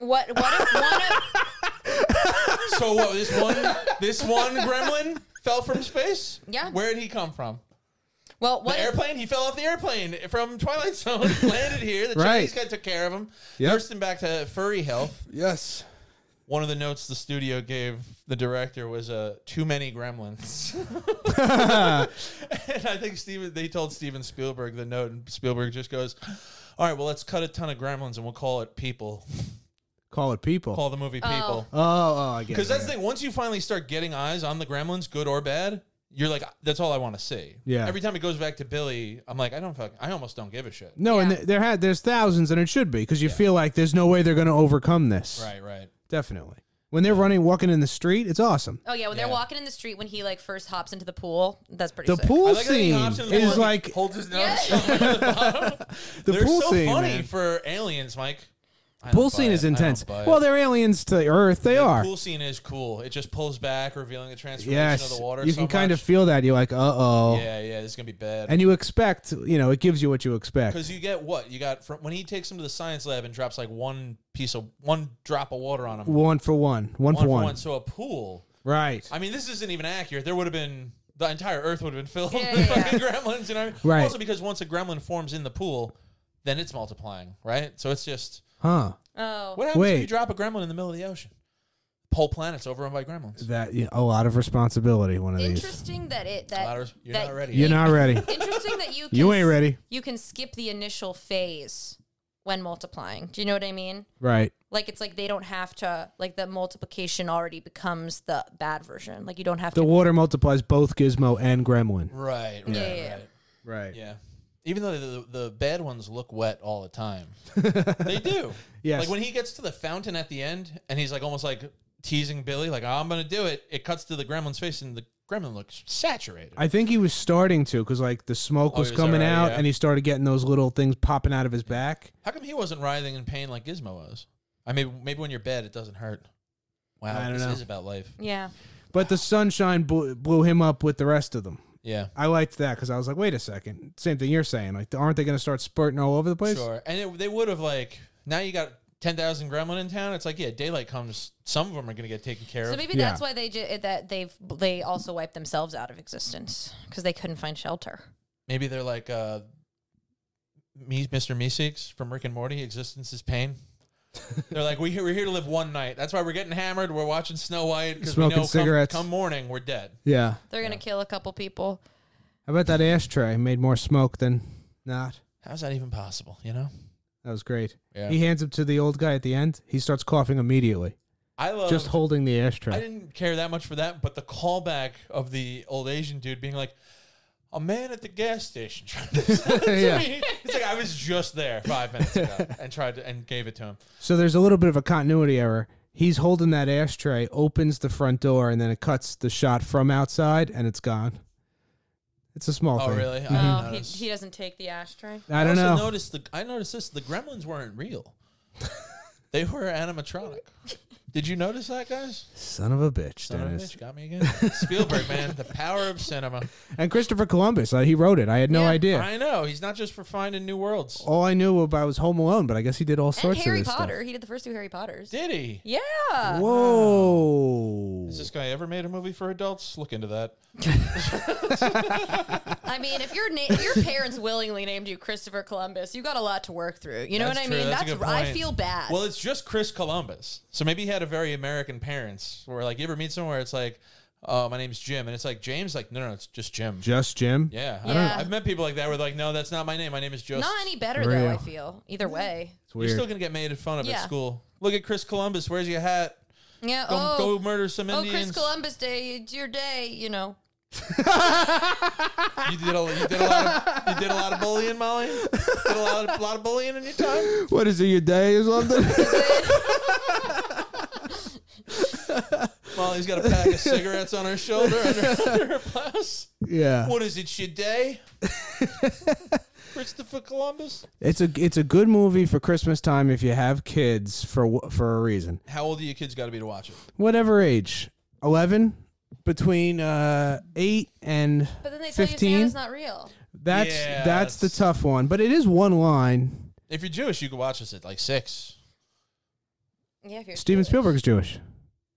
C: What what if one
B: [laughs]
C: of
B: so what? This one, this one gremlin fell from space.
C: Yeah.
B: Where did he come from?
C: well
B: The
C: what if,
B: airplane. He fell off the airplane from Twilight Zone. [laughs] landed here. The
A: Right.
B: Chinese guy took care of him.
A: Yep.
B: Nursed him back to furry health.
A: Yes.
B: One of the notes the studio gave the director was uh, too many gremlins. [laughs] and I think Steven they told Steven Spielberg the note, and Spielberg just goes, "All right, well, let's cut a ton of gremlins and we'll call it People.
A: Call it people.
B: Call the movie People."
A: oh, oh, I get it.
B: Because that's the thing. Once you finally start getting eyes on the gremlins, good or bad, you're like, that's all I want to see.
A: Yeah.
B: Every time it goes back to Billy, I'm like, I don't fuck. I almost don't give a shit.
A: No, and
C: Yeah.
A: th- there had there's thousands, and it should be because you feel like there's no way they're going to overcome this.
B: Right, right.
A: Definitely. When they're running, walking in the street, it's awesome.
C: Oh yeah, when
B: Yeah.
C: they're walking in the street when he like first hops into the pool. That's pretty
A: The
C: sick.
A: pool
B: I like that he
A: scene
B: hops in the pool
A: is
B: and
A: like
B: holds his nose.
A: the
B: They're
A: pool
B: so
A: scene.
B: funny
A: man.
B: for aliens, Mike. I don't
A: Pool
B: buy
A: scene
B: it.
A: is
B: I don't
A: intense.
B: buy
A: Well,
B: it.
A: they're aliens to Earth. They
B: the
A: are.
B: pool scene is cool. It just pulls back, revealing the transformation
A: yes.
B: of the water.
A: you
B: so
A: can kind
B: much.
A: of feel that. You're like, uh oh.
B: yeah, yeah. This is gonna be bad.
A: And you expect, you know, it gives you what you expect.
B: Because you get what you got from when he takes him to the science lab and drops like one piece of one drop of water on him.
A: One for one. One,
B: One
A: for one.
B: So a pool.
A: Right.
B: I mean, this isn't even accurate. There would have been the entire Earth would have been filled
C: Yeah,
B: with
C: yeah, yeah.
B: fucking gremlins. You know, what I mean?
A: Right.
B: Also, because once a gremlin forms in the pool, then it's multiplying, right? So it's just
A: Huh.
C: Oh.
B: what happens
A: Wait.
B: when you drop a gremlin in the middle of the ocean? Whole planet's overrun by gremlins.
A: That you know, a lot of responsibility. One of these.
C: Interesting that it that
B: Ladders, you're
C: that-
B: not ready.
A: You're not
B: [laughs]
A: ready.
C: [laughs] Interesting that you can
A: You
C: s-
A: ain't ready.
C: You can skip the initial phase when multiplying. Do you know what I mean?
A: Right.
C: Like it's like they don't have to like the multiplication already becomes the bad version. Like you don't have
A: The
C: to.
A: water multiplies both Gizmo and Gremlin.
B: Right. Right.
C: Yeah, yeah,
B: Right.
A: Right.
B: Yeah. Even though the, the bad ones look wet all
A: [laughs]
B: the time, they do.
A: Yes.
B: Like when he gets to the fountain at the end and he's like almost like teasing Billy, like, I'm going to do it. It cuts to the gremlin's face and the gremlin looks saturated.
A: I think he was starting to because like the smoke
B: Oh,
A: was
B: he was
A: coming
B: already,
A: out
B: yeah.
A: and he started getting those little things popping out of his back.
B: How come he wasn't writhing in pain like Gizmo was? I mean, maybe when you're bad, it doesn't hurt. Wow.
A: I don't
B: this
A: know.
B: is about life.
C: Yeah.
A: But the sunshine blew, blew him up with the rest of them.
B: Yeah.
A: I liked that because I was like, wait a second, same thing you're saying. Like, aren't they going to start spurting all over the place?
B: Sure. And it, they would have, like, now you got 10,000 gremlin in town. It's like, yeah, daylight comes. Some of them are going to get taken care
C: So
B: of.
C: maybe
A: Yeah.
C: that's why they ju- that they've they also wiped themselves out of existence because they couldn't find shelter.
B: Maybe they're like uh, me, Mr. Meeseeks from Rick and Morty. Existence is pain. they're like, we here, we're here to live one night. That's why we're getting hammered. We're watching Snow White because we
A: Smoking
B: know come,
A: cigarettes.
B: come morning we're dead.
A: Yeah.
C: They're gonna kill a couple people.
A: [laughs] How about that ashtray made more smoke than not?
B: How's that even possible? You know,
A: That was great.
B: Yeah.
A: He hands it to the old guy at the end. He starts coughing immediately,
B: I love.
A: just holding the
B: Oh, I
A: ashtray.
B: didn't care that much for that, but the callback of the old Asian dude being like, "A man at the gas station [laughs] tried to sell
C: [laughs]
B: it to
A: Yeah.
B: me." It's like I was just there five minutes ago and tried to and gave it to him.
A: So there's a little bit of a continuity error. He's holding that ashtray, opens the front door, and then it cuts the shot from outside, and it's gone. It's a small
B: Oh,
A: thing.
B: really? I
C: Oh,
B: didn't
C: he,
B: notice.
C: he doesn't take the ashtray.
A: I don't know.
B: also noticed the I noticed this the gremlins weren't real. they were animatronic. Did you notice that, guys?
A: Son of a bitch,
B: Son of a
A: Dennis.
B: bitch, got me again. Spielberg, man, the power of cinema.
A: And Christopher Columbus, uh, he wrote it. I had no
C: Yeah,
A: idea.
B: I know he's not just for finding new worlds.
A: All I knew about was Home Alone, but I guess he did all
C: and
A: sorts of
C: Harry
A: this
C: Potter. He did the first two Harry Potters.
B: Did he?
C: yeah.
A: stuff. Whoa.
B: Has this guy ever made a movie for adults? Look into that.
C: I mean, if your na- if your parents willingly named you Christopher Columbus, you got a lot to work through. You know
B: That's
C: what I
B: true.
C: mean?
B: That's a good
C: I
B: point.
C: feel bad.
B: Well, it's just Chris Columbus. So maybe he had a very American parents where like you ever meet someone where it's like, oh, my name's Jim, and it's like James, like no, no, it's just Jim.
A: Just Jim?
B: Yeah, I
C: Yeah.
B: don't. I've met people like that where they're like, no, that's not my name. My name is Joseph.
C: Not any better though.
A: Real.
C: I feel either way.
A: It's
B: You're
A: weird.
B: still gonna get made fun of at
C: Yeah.
B: school. Look at Chris Columbus. Where's your hat?
C: Yeah.
B: Go,
C: oh,
B: go murder some
C: oh,
B: Indians.
C: Chris Columbus Day. It's your day. You know.
B: You did a, you did a lot of you did a lot of bullying, Molly. You did a lot of, lot of bullying in your time.
A: what is it, your day or something?
B: Molly's got a pack of cigarettes on her shoulder under, [laughs] under her blouse.
A: [laughs] yeah.
B: What is it, your day? [laughs] Christopher Columbus.
A: It's a it's a good movie for Christmas time if you have kids for wh- for a reason.
B: How old do your kids got to be to watch it?
A: Whatever age. 11 between uh 8 and
C: But then they tell you
A: 15.
C: Santa's not real.
A: That's
B: Yeah,
A: that's the
B: that's-
A: tough one, but it is one line.
B: If you're Jewish, you could watch this at like six.
C: Yeah. If you're
A: Steven
C: Jewish.
A: Spielberg's Jewish,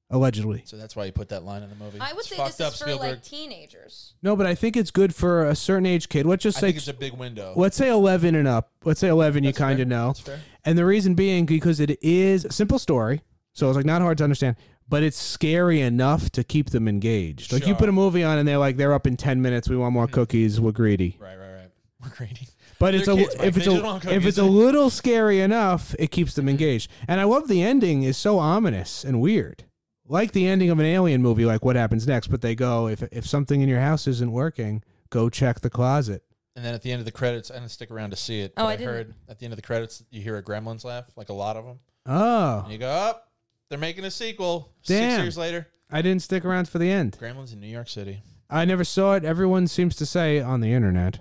A: allegedly.
B: So that's why you put that line in the movie.
C: I would
B: It's
C: say
B: fucked
C: this
B: up,
C: is for
B: Spielberg.
C: like teenagers.
A: No, but I think it's good for a certain age kid. Let's just
B: I
A: say
B: think it's a big window.
A: let's say 11 and up. Let's say 11
B: That's
A: you kind
B: fair.
A: of know.
B: That's fair.
A: And the reason being because it is a simple story. So it's like not hard to understand, but it's scary enough to keep them engaged. Like you
B: Sure.
A: put a movie on and they're like they're up in 10 minutes, we want more cookies, we're greedy.
B: Right, right, right. We're grading.
A: But it's a
B: They're kids, Mike.
A: if it's
B: They just want
A: a if
B: cookies.
A: it's a little scary enough, it keeps
B: Mm-hmm.
A: them engaged. And I love the ending is so ominous and weird. Like the ending of an alien movie, like what happens next, but they go, if if something in your house isn't working, go check the closet.
B: And then at the end of the credits, I didn't stick around to see it.
C: Oh,
B: but
C: I
B: I
C: didn't.
B: heard at the end of the credits, you hear a gremlins laugh, like a lot of them.
A: Oh.
B: And you go, up. they're making a sequel. Six
A: Damn.
B: years later,
A: I didn't stick around for the end.
B: Gremlins in New York City.
A: I never saw it. Everyone seems to say on the internet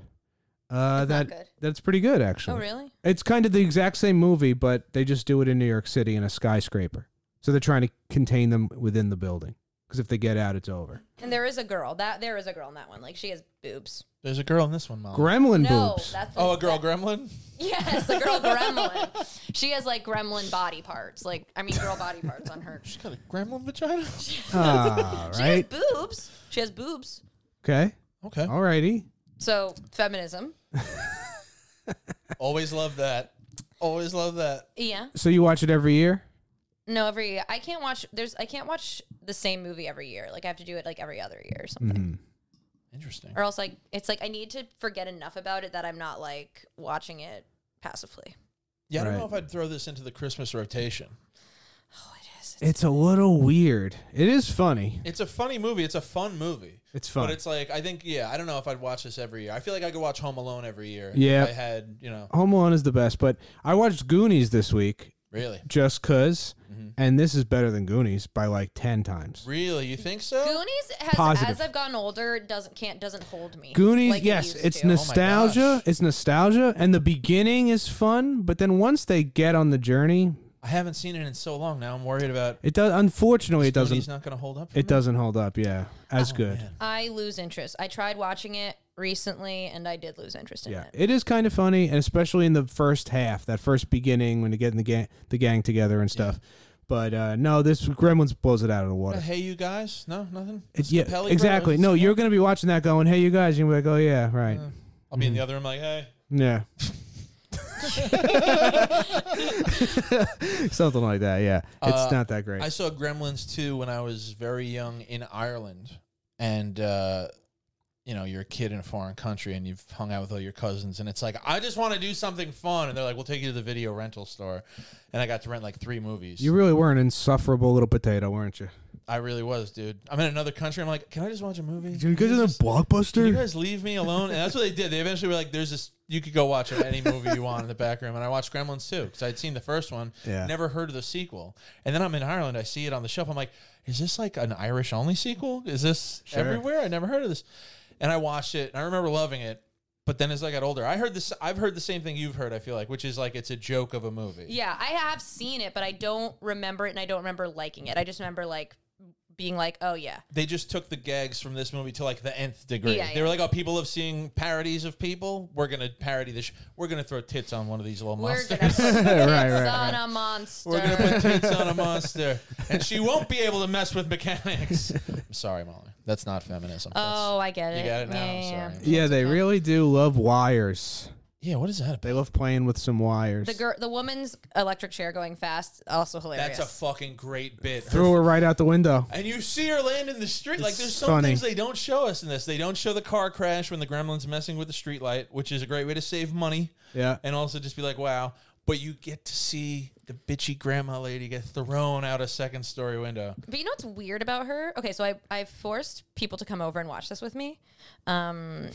A: uh, that
C: It's not good.
A: that's pretty good, actually.
C: Oh really?
A: It's kind of the exact same movie, but they just do it in New York City in a skyscraper. So they're trying to contain them within the building because if they get out, it's over.
C: And there is a girl. That there is a girl in that one. Like she has boobs.
B: There's a girl in this one, Mom.
A: Gremlin
C: no,
A: boobs.
C: that's
B: oh, a girl gremlin?
C: [laughs] Yes, the girl gremlin. She has like gremlin body parts. Like I mean, girl body parts on her.
B: She's got a gremlin
C: [laughs]
B: vagina?
A: Ah,
C: She
A: right.
C: has boobs. She has boobs.
A: Okay.
B: okay.
A: All righty.
C: So feminism.
B: Always love that. Always love that.
C: Yeah.
A: So you watch it every year?
C: No, every year. I can't watch. There's I can't watch the same movie every year. Like I have to do it like every other year or something.
B: Interesting.
C: Or else like it's like I need to forget enough about it that I'm not like watching it passively.
B: Yeah, I don't
A: Right.
B: know if I'd throw this into the Christmas rotation. Oh,
A: It's a little weird. It is funny.
B: It's a funny movie. It's a fun movie.
A: It's fun.
B: But it's like, I think, yeah, I don't know if I'd watch this every year. I feel like I could watch Home Alone every year. if
A: Yeah.
B: I had, you know,
A: Home Alone is the best, but I watched Goonies this week
B: really.
A: just because,
B: Mm-hmm.
A: and this is better than Goonies by like 10 times.
B: Really? You think so?
C: Goonies has
A: Positive.
C: as I've gotten older doesn't can't doesn't hold me.
A: Goonies,
C: like it
A: yes,
C: used
A: it's
C: to.
A: nostalgia.
B: Oh gosh.
A: It's nostalgia, and the beginning is fun, but then once they get on the journey,
B: I haven't seen it in so long now. I'm worried about
A: it does. Unfortunately, it
B: Doesn't,
A: doesn't.
B: he's not going to hold up. for
A: It
B: me.
A: doesn't hold up. Yeah, as good.
B: man.
C: I lose interest. I tried watching it recently and I did lose interest in
A: Yeah,
C: it.
A: it is kind of funny, and especially in the first half, that first beginning when they get in the gang, the gang together and stuff. But uh, no, this Gremlins blows it out of the water.
B: Hey, you guys? No, nothing.
A: It's,
B: the
A: yeah,
B: Pelly
A: exactly.
B: Brothers.
A: No, you're gonna be watching that, going, "Hey, you guys," you're gonna be like, "Oh yeah, right,
B: Mm. I'll be in the other room like, hey.
A: yeah."
B: [laughs]
A: [laughs] Something like that, yeah. It's
B: Uh,
A: not that great.
B: I saw Gremlins 2 when I was very young in Ireland. And, uh, you know, you're a kid in a foreign country and you've hung out with all your cousins. And it's like, I just want to do something fun. And they're like, we'll take you to the video rental store. And I got to rent like three movies.
A: You really were an insufferable little potato, weren't you?
B: I really was, dude. I'm in another country. I'm like, can I just watch a movie? just- Can you
A: blockbuster?
B: guys leave me alone? And that's what they did. They eventually were like, "There's this. You could go watch any movie you want in the back room." And I watched Gremlins too because I'd seen the first one,
A: Yeah.
B: never heard of the sequel. And then I'm in Ireland. I see it on the shelf. I'm like, "Is this like an Irish only sequel? Is this everywhere? I never heard of this." And I watched it. And I remember loving it. But then as I got older, I heard this. I've heard the same thing you've heard. I feel like, which is like it's a joke of a movie.
C: Yeah, I have seen it, but I don't remember it and I don't remember liking it. I just remember like being like, oh yeah.
B: They just took the gags from this movie to like the nth degree.
C: Yeah,
B: They were
C: yeah.
B: like, "Oh, people have seen parodies of people. We're gonna parody this. We're gonna throw tits on one of these little
C: We're
B: monsters.
C: gonna put [laughs] tits
A: [laughs] Right, right,
C: on a monster.
B: We're gonna put tits on a monster, and she won't be able to mess with mechanics." [laughs] I'm sorry, Molly. That's not feminism. That's-
C: oh, I get it.
B: you got it now.
C: Yeah, yeah, yeah.
B: I'm sorry.
A: Yeah, they really do love wires.
B: Yeah. What is that about?
A: They love playing with some wires.
C: The girl, the woman's electric chair going fast, also hilarious.
B: That's a fucking great bit. Her
A: Threw her right out the window.
B: And you see her land in the street. like
A: It's
B: there's some
A: funny.
B: things they don't show us in this. They don't show the car crash when the gremlin's messing with the streetlight, which is a great way to save money
A: Yeah.
B: and also just be like, wow. But you get to see the bitchy grandma lady get thrown out a second story window.
C: But you know what's weird about her? Okay, so I I forced people to come over and watch this with me. Um,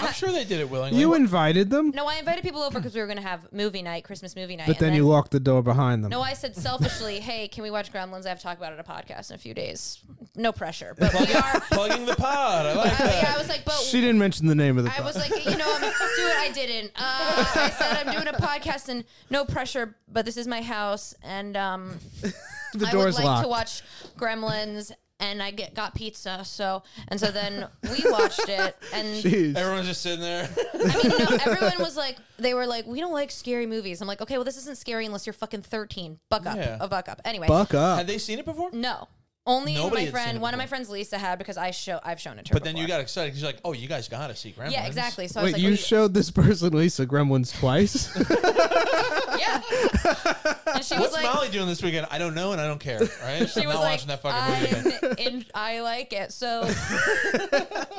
B: I'm sure they did it willingly.
A: You invited them,
C: no, I invited people over because we were gonna have movie night, Christmas movie night.
A: but
C: and
A: then you locked the door behind them.
C: No, I said selfishly, [laughs] hey, can we watch Gremlins? I have to talk about it on a podcast in a few days. No pressure, but we
B: [laughs]
C: are.
B: plugging the pod. I like
C: I, yeah,
B: that.
C: I was like, but
A: She didn't mention the name of the.
C: I was like, you know, I'm do it. I didn't. Uh, I said I'm doing a podcast and no pressure, but this is my house, and um,
A: the
C: I would
A: door's
C: like
A: locked.
C: to watch Gremlins. And I get, got pizza, so and so then we watched it,
A: [laughs]
C: and
A: [laughs] Jeez.
B: Everyone's just
A: [laughs]
B: sitting there.
C: I mean, you know, everyone was like, they were like, we don't like scary movies. I'm like, okay, well, this isn't scary unless you're fucking 13. Buck up,
B: Yeah.
C: a buck up. Anyway,
A: Buck up.
B: Had they seen it before?
C: no, only
B: Nobody
C: my
B: had seen
C: friend,
B: it
C: one of my
B: before.
C: friends, Lisa had because I show I've shown it to her.
B: But then you
C: before.
B: got excited because you're like, oh, you guys got to see Gremlins.
C: yeah,
B: [laughs]
C: exactly. So I was
A: Wait,
C: like,
A: you
C: we-
A: showed this person Lisa Gremlins
C: [laughs]
A: twice?
C: yeah.
A: [laughs]
C: and she was
B: What's
C: like,
B: Molly doing this weekend? I don't know and I don't care.
C: [laughs]
B: Right?
C: she
B: I'm
C: was
B: not
C: like,
B: watching that fucking movie. again.
C: [laughs] I'm in, I like
B: [laughs]
C: it. So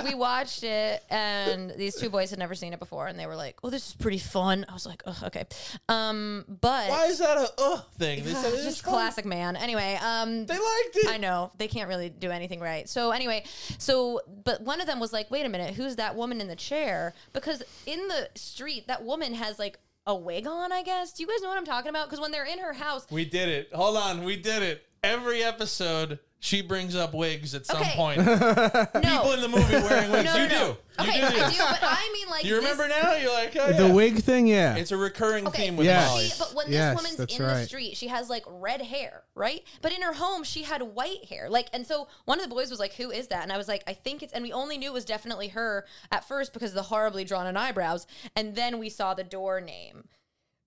C: we watched it, and these two boys had never seen it before, and they were like, "Oh, this is pretty fun." I was like, "Oh, okay," um, but
B: Why is that a uh thing? They said it was
C: just
B: fun.
C: classic man. Anyway, um,
B: They liked it.
C: I know they can't really do anything right. So anyway, so but one of them was like, "Wait a minute, who's that woman in the chair?" Because in the street, that woman has like a wig on. I guess. Do you guys know what I'm talking about? Because when they're in her house,
B: We did it. Hold on, we did it. Every episode, she brings up wigs at some
C: Okay. [laughs]
B: point.
C: no.
B: People in the movie wearing wigs.
C: no,
B: you
C: no, no.
B: do.
C: Okay,
B: You do.
C: I
B: this.
C: do, but I mean, like,
B: You remember
C: this,
B: now? You're like, oh,
A: The
B: yeah.
A: wig thing, yeah.
B: It's a recurring
C: Okay,
B: theme with
A: Yeah.
B: Molly.
C: she, but when
A: Yes,
C: this woman's
A: that's
C: in the
A: right.
C: street, she has like red hair, right? But in her home, she had white hair, like, and so one of the boys was like, "Who is that?" And I was like, "I think it's," and we only knew it was definitely her at first because of the horribly drawn in eyebrows, and then we saw the door name,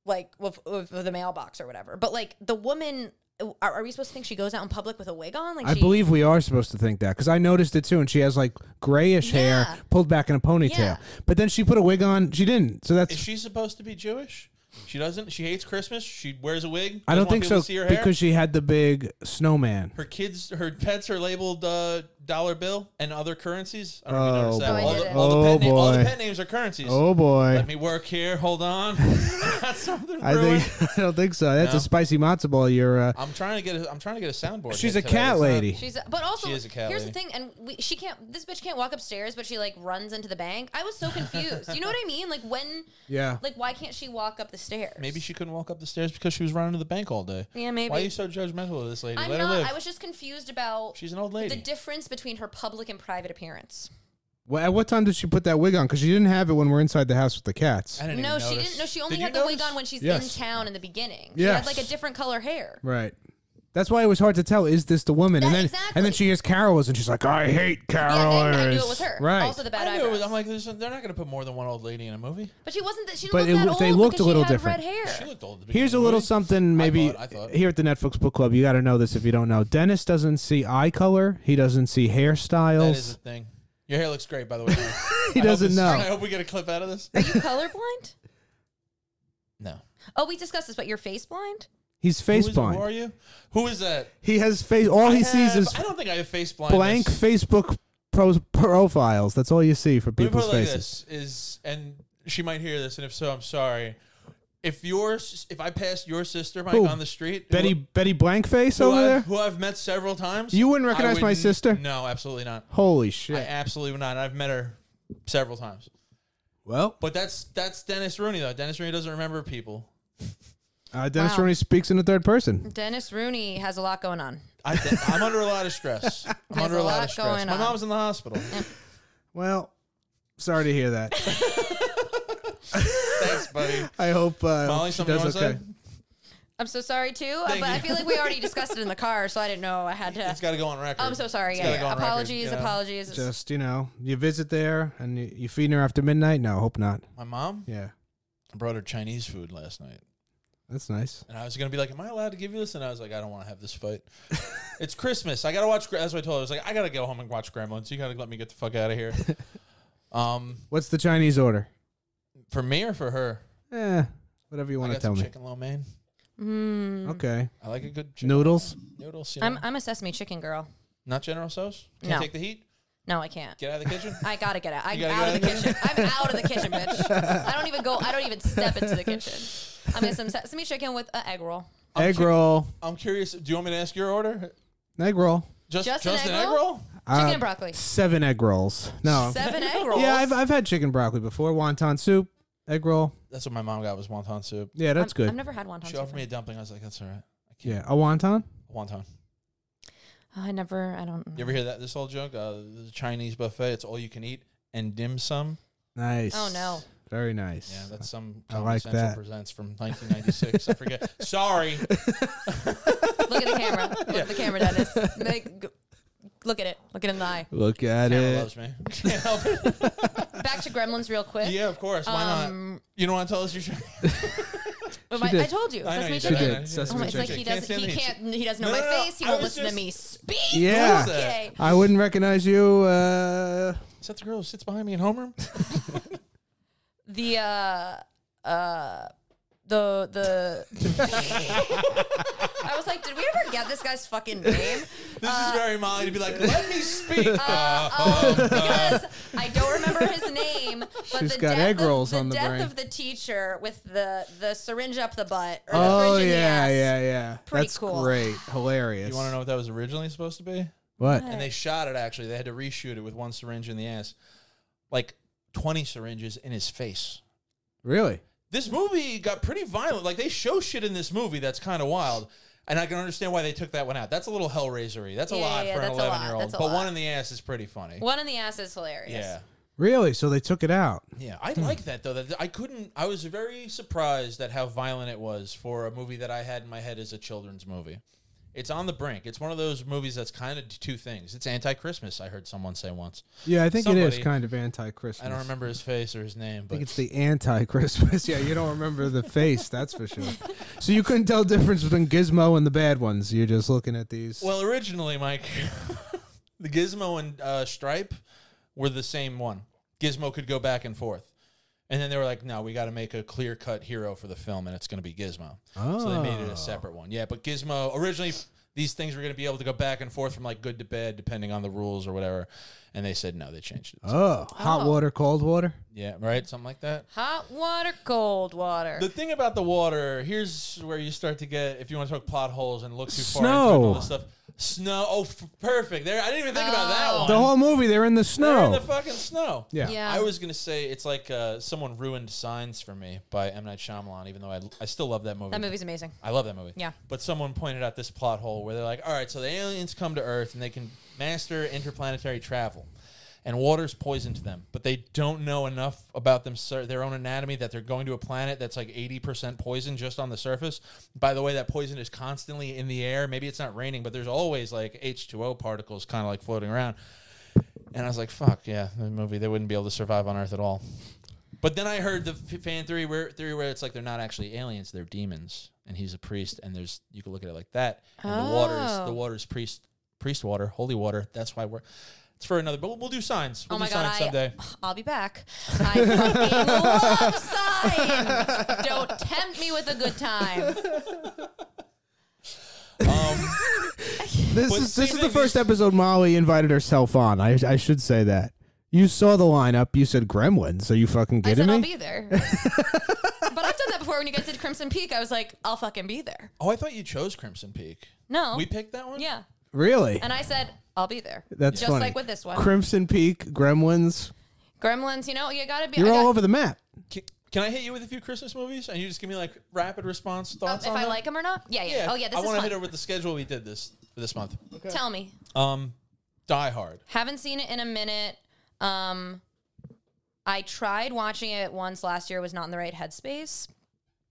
C: like of, of the mailbox or whatever. But like the woman, are, are we supposed to think she goes out in public with a wig on? Like,
A: I
C: she,
A: believe we are supposed to think that because I noticed it too, and she has like grayish
C: Yeah.
A: hair pulled back in a ponytail.
C: Yeah.
A: But then she put a wig on. She didn't. So that's
B: Is she supposed to be Jewish? She doesn't. She hates Christmas. She wears a wig.
A: I don't
B: Doesn't want
A: think
B: people
A: so
B: to See her hair.
A: because she had the big snowman.
B: her kids, her pets are labeled uh, dollar bill and other currencies. I don't know if you
A: Oh,
B: noticed that.
C: boy.
B: All
C: Oh, I
B: the,
C: did.
B: all, the pet
A: Oh,
B: name- all the
A: boy.
B: pet names are currencies.
A: Oh boy.
B: Let me work here.
A: [laughs]
B: Hold on. That's something
A: I
B: brewing.
A: think [laughs] I don't think so. That's
B: No.
A: a spicy matzo ball. You're uh,
B: I'm trying to get. A, I'm trying to get a soundboard.
A: she's
B: here
A: a
B: today.
A: cat
B: It's not-
A: lady.
C: She's but also
B: She is a cat
C: here's the
B: lady.
C: thing, and we, she can't. This bitch can't walk upstairs, but she like runs into the bank. I was so confused. you know what I mean? Like when,
A: yeah.
C: like why can't she walk up the stairs?
B: Maybe she couldn't walk up the stairs because she was running to the bank all day.
C: Yeah, maybe.
B: Why are you so judgmental of this lady?
C: I'm
B: Let her
C: not.
B: live.
C: I was just confused about
B: She's an old
C: the
B: lady.
C: difference between her public and private appearance.
A: Well, at what time did she put that wig on? Because she didn't have it when we're inside the house with the cats.
B: I didn't
C: No,
B: even
C: she
B: notice.
C: didn't. No, she only
B: Did
C: had
B: you
C: the wig
B: notice?
C: on when she's
A: Yes.
C: in town in the beginning. She had
A: Yes.
C: like a different color hair.
A: Right. That's why it was hard to tell. Is this the woman? and
C: That-
A: then
C: exactly.
A: and then she hears Carol's and she's like, I hate
C: Yeah,
A: Carolers.
C: and I knew it was her.
A: Right.
C: Also the bad
B: I knew it was,
C: eyebrows.
B: I'm like, there's- they're not going to put more than one old lady in a movie.
C: but she wasn't. That, she
A: But
C: didn't
A: it
C: look
A: w-
C: that
A: they
C: old
A: looked a
C: because
A: little
C: she had
A: different.
C: Red hair.
B: She looked old. At the beginning
A: Here's a
B: of the
A: little
B: movie.
A: something maybe
B: thought- I thought.
A: here at the Netflix Book Club. You got to know this if you don't know. Dennis doesn't see eye color. He doesn't see
B: That is
A: hairstyles.
B: a thing. Your hair looks great, by the way.
A: [laughs] he doesn't
B: I
A: know.
B: hope we get a clip out of this.
C: Are you colorblind?
B: No.
C: Oh, we discussed this, but you're face blind.
A: He's face
B: Who is- Who are
A: blind.
B: you? Who is that?
A: He has face. All he
B: I
A: sees
B: have-
A: is
B: I don't think I have face blindness.
A: blank Facebook pros profiles. That's all you see for
B: Let me put
A: people's
B: it like
A: faces.
B: this: is and she might hear this, and if so, I'm sorry. If yours, if I passed your sister Mike
A: Who?
B: on the street, who-
A: Betty Betty blank face
B: who
A: over
B: I've,
A: there.
B: who I've met several times,
A: You wouldn't
B: I
A: recognize my
B: wouldn't-
A: sister?
B: No, absolutely not.
A: Holy
B: I
A: shit!
B: absolutely would not. I've met her several times,
A: well,
B: but that's that's Dennis Rooney though. Dennis Rooney doesn't remember people.
A: uh, Dennis
C: Wow.
A: Rooney speaks in the third person.
C: Dennis Rooney has a lot going on.
B: I th- I'm under a lot
A: [laughs]
B: of stress. I'm
C: There's
B: under a
C: a
B: lot,
C: lot
B: of stress.
C: going
B: My
C: on.
B: mom's in the hospital.
C: [laughs]
A: Well, sorry to hear that.
B: Thanks, buddy.
A: I hope uh,
B: Molly,
A: she
B: something you
A: does
B: want to
A: okay.
B: say?
C: I'm so sorry too, uh, but
B: Thank
C: I
B: you.
C: feel like we already discussed it in the car, so I didn't know I had to.
B: It's got to go on record.
C: [laughs] I'm Um, so sorry.
B: It's
C: Yeah,
B: gotta
C: yeah.
B: go on record,
C: apologies,
B: you know?
C: apologies. It's-
A: Just you know, you visit there and you, you feeding her after midnight. No, hope not.
B: My mom
A: Yeah,
B: brought her Chinese food last night.
A: that's nice.
B: And I was gonna be like, "Am I allowed to give you this?" And I was like, "I don't want to have this fight. it's Christmas. I gotta watch." Gre-" That's what I told her. I was like, "I gotta go home and watch Gremlins. You gotta let me get the fuck out of here." um,
A: What's the Chinese order?
B: for me or for her?
A: Eh, whatever you
B: I
A: want to
B: got
A: tell
B: some
A: me.
B: chicken lo mein.
C: Mm.
A: Okay,
B: I like a good chicken [laughs]
A: noodles. [laughs]
B: noodles. You know?
C: I'm I'm a sesame chicken girl.
B: not General Tso's. Can't
C: No.
B: take the heat.
C: No, I can't.
B: Get out of the kitchen.
C: I gotta get out. I'm
B: You gotta
C: out of
B: get
C: the
B: out of the
C: kitchen. I'm out of the kitchen, bitch. I don't even go. I don't even step
B: [laughs]
C: into the kitchen. I'm gonna some sesame chicken with an egg roll.
B: I'm
A: Egg
B: cu-
A: roll.
B: I'm curious. Do you want me to ask your order?
A: Egg roll.
B: Just
C: Just
B: just,
C: an
B: an
C: egg
B: egg
C: roll?
B: roll.
C: Chicken
A: Uh,
C: and broccoli.
A: Seven egg rolls. No.
C: Seven egg rolls.
A: Yeah, I've I've had chicken broccoli before. Wonton soup, egg roll.
B: That's what my mom got was wonton soup.
A: Yeah, that's
C: I'm-
A: good.
C: I've never had wonton.
B: She
C: soup.
B: offered me a dumpling. I was like, "That's all right.
A: yeah, a wonton.
B: Wonton."
C: Oh, I never. I don't.
B: You ever hear that? This old joke. Uh, the Chinese buffet. It's all you can eat and dim sum.
A: Nice.
C: Oh, no.
A: Very nice.
B: Yeah, that's some
A: I
B: Comedy
A: like
B: Central
A: that.
B: presents from 1996.
A: [laughs]
B: I forget.
C: [laughs]
B: Sorry,
C: Look at the camera. Look at the camera, Dennis. Make, g- look at it. Look it in
B: [laughs]
C: the eye.
A: Look at
B: Tamara
A: it.
B: loves me. Can't help
C: [laughs]
B: it.
C: Back to Gremlins real quick.
B: Yeah, of course. Why not?
C: Um,
B: You don't want to tell us your.
C: but my-
A: did.
C: I told you.
B: I know
C: Sesame
B: you
A: She did.
B: I
C: chicken.
B: know, you
A: Sesame
C: Oh my, it's like
A: chicken.
C: he doesn't.
B: stand
C: He
B: the heat.
C: can't. He doesn't know
B: No,
C: my
B: no, no,
C: face. He
B: I
C: won't
B: was
C: listen to
B: just-
C: me speak.
A: Yeah.
C: Okay.
A: I wouldn't recognize you. Uh,
B: Is that the girl who sits behind me in homeroom?
C: The uh uh the the. [laughs] I was like, did we ever get this guy's fucking
B: [laughs]
C: name?
B: This is very Molly to be
C: [laughs]
B: like, let me speak. Uh, oh,
C: Uh, um, because I don't remember his name, but
A: She's
C: the
A: got
C: death
A: egg
C: of,
A: rolls
C: the
A: on the
C: death
A: brain.
C: of the teacher with the the syringe up the butt. Or
A: oh
C: the syringe
A: yeah,
C: in the ass.
A: yeah, yeah.
C: Pretty
A: that's
C: cool.
A: great. Hilarious.
B: you want to know what that was originally supposed to be?
A: what?
B: And they shot it. Actually, they had to reshoot it with one syringe in the ass, like 20 syringes in his face.
A: Really?
B: this movie got pretty violent. Like they show shit in this movie that's kind of wild, and I can understand why they took that one out. That's a little hellraisery. That's a
C: Yeah,
B: lot
C: yeah,
B: for an
C: that's a lot.
B: eleven year old.
C: That's a
B: But
C: lot.
B: one in the ass is pretty funny.
C: One in the ass is hilarious.
B: Yeah,
A: Really? So they took it out.
B: yeah. I like that though. That I couldn't. I was very surprised at how violent it was for a movie that I had in my head as a children's movie. It's on the brink. It's one of those movies that's kind of two things. It's anti-Christmas. I heard someone say once.
A: Yeah, I think it is
B: Somebody-
A: kind of anti-Christmas.
B: I don't remember his face or his name,
A: I
B: but
A: think it's the anti-Christmas. [laughs] yeah, you don't remember the face, that's for sure. So you couldn't tell difference between Gizmo and the bad ones. You're just looking at these.
B: Well, originally, Mike, [laughs] the Gizmo and uh, Stripe were the same one. Gizmo could go back and forth. And then they were like, no, we got to make a clear cut hero for the film, and it's going to be Gizmo. So they made it
A: Oh.
B: a separate one. Yeah, but Gizmo, originally, these things were going to be able to go back and forth from like good to bad, depending on the rules or whatever. And they said, no, they changed it.
A: oh, hot
C: Oh.
A: water, cold water.
B: Yeah, right? Something like that.
C: Hot water, cold water.
B: The thing about the water, here's where you start to get, if you want to talk plot holes and look too far
A: Snow.
B: into it and all this stuff. Snow. Oh, f- perfect. There, I didn't even think about that
C: Oh.
B: one.
A: The whole movie, they're in the
B: They're
A: snow.
B: in the fucking snow.
A: yeah.
C: Yeah.
B: I was gonna say it's like uh, someone ruined Signs for me by M Night Shyamalan, even though I, I still love that movie.
C: that movie's amazing.
B: I love that movie.
C: Yeah.
B: But someone pointed out this plot hole where they're like, all right, so the aliens come to Earth and they can master interplanetary travel, and water's poison to them, but they don't know enough about them sur- their own anatomy that they're going to a planet that's like eighty percent poison just on the surface. By the way, that poison is constantly in the air. Maybe it's not raining, but there's always like H two O particles kind of like floating around. And I was like, fuck, yeah, the movie, they wouldn't be able to survive on Earth at all. But then I heard the f- fan theory where, theory where it's like they're not actually aliens, they're demons. And he's a priest, and there's you can look at it like that. And the water's
C: Oh.
B: the water's priest priest water, holy water. That's why we're it's for another but we'll, we'll do signs. We'll
C: oh
B: do
C: my god,
B: signs someday.
C: [laughs] I, [sighs] I'll be back. I fucking
B: [laughs]
C: love signs. Don't tempt me with a good time.
B: Um,
A: This
B: But
A: is
B: see,
A: this is
B: they-
A: the first episode Molly invited herself on. I I should say that. You saw the lineup. You said Gremlins. Are you fucking
C: I
A: kidding
C: said I'll
A: me?
C: be there. but I've done that before. When you guys did Crimson Peak, I was like, I'll fucking be there.
B: oh, I thought you chose Crimson Peak.
C: No.
B: We picked that one?
C: Oh. yeah.
A: really?
C: And I said, I'll be there.
A: That's
C: just
A: funny.
C: like with this one.
A: Crimson Peak, Gremlins.
C: Gremlins, you know, you gotta be. I
A: You're all
C: got-
A: over the map.
B: Can, can I hit you with a few Christmas movies? And you just give me like rapid response
C: Oh,
B: thoughts
C: if
B: on
C: I
B: them?
C: like them or not. Yeah, yeah. yeah. Oh, yeah, this
B: I
C: is
B: wanna
C: fun.
B: hit her with the schedule we did this for this month.
C: Tell me.
B: Um Die Hard.
C: Haven't seen it in a minute. Um, I tried watching it once last year, was not in the right headspace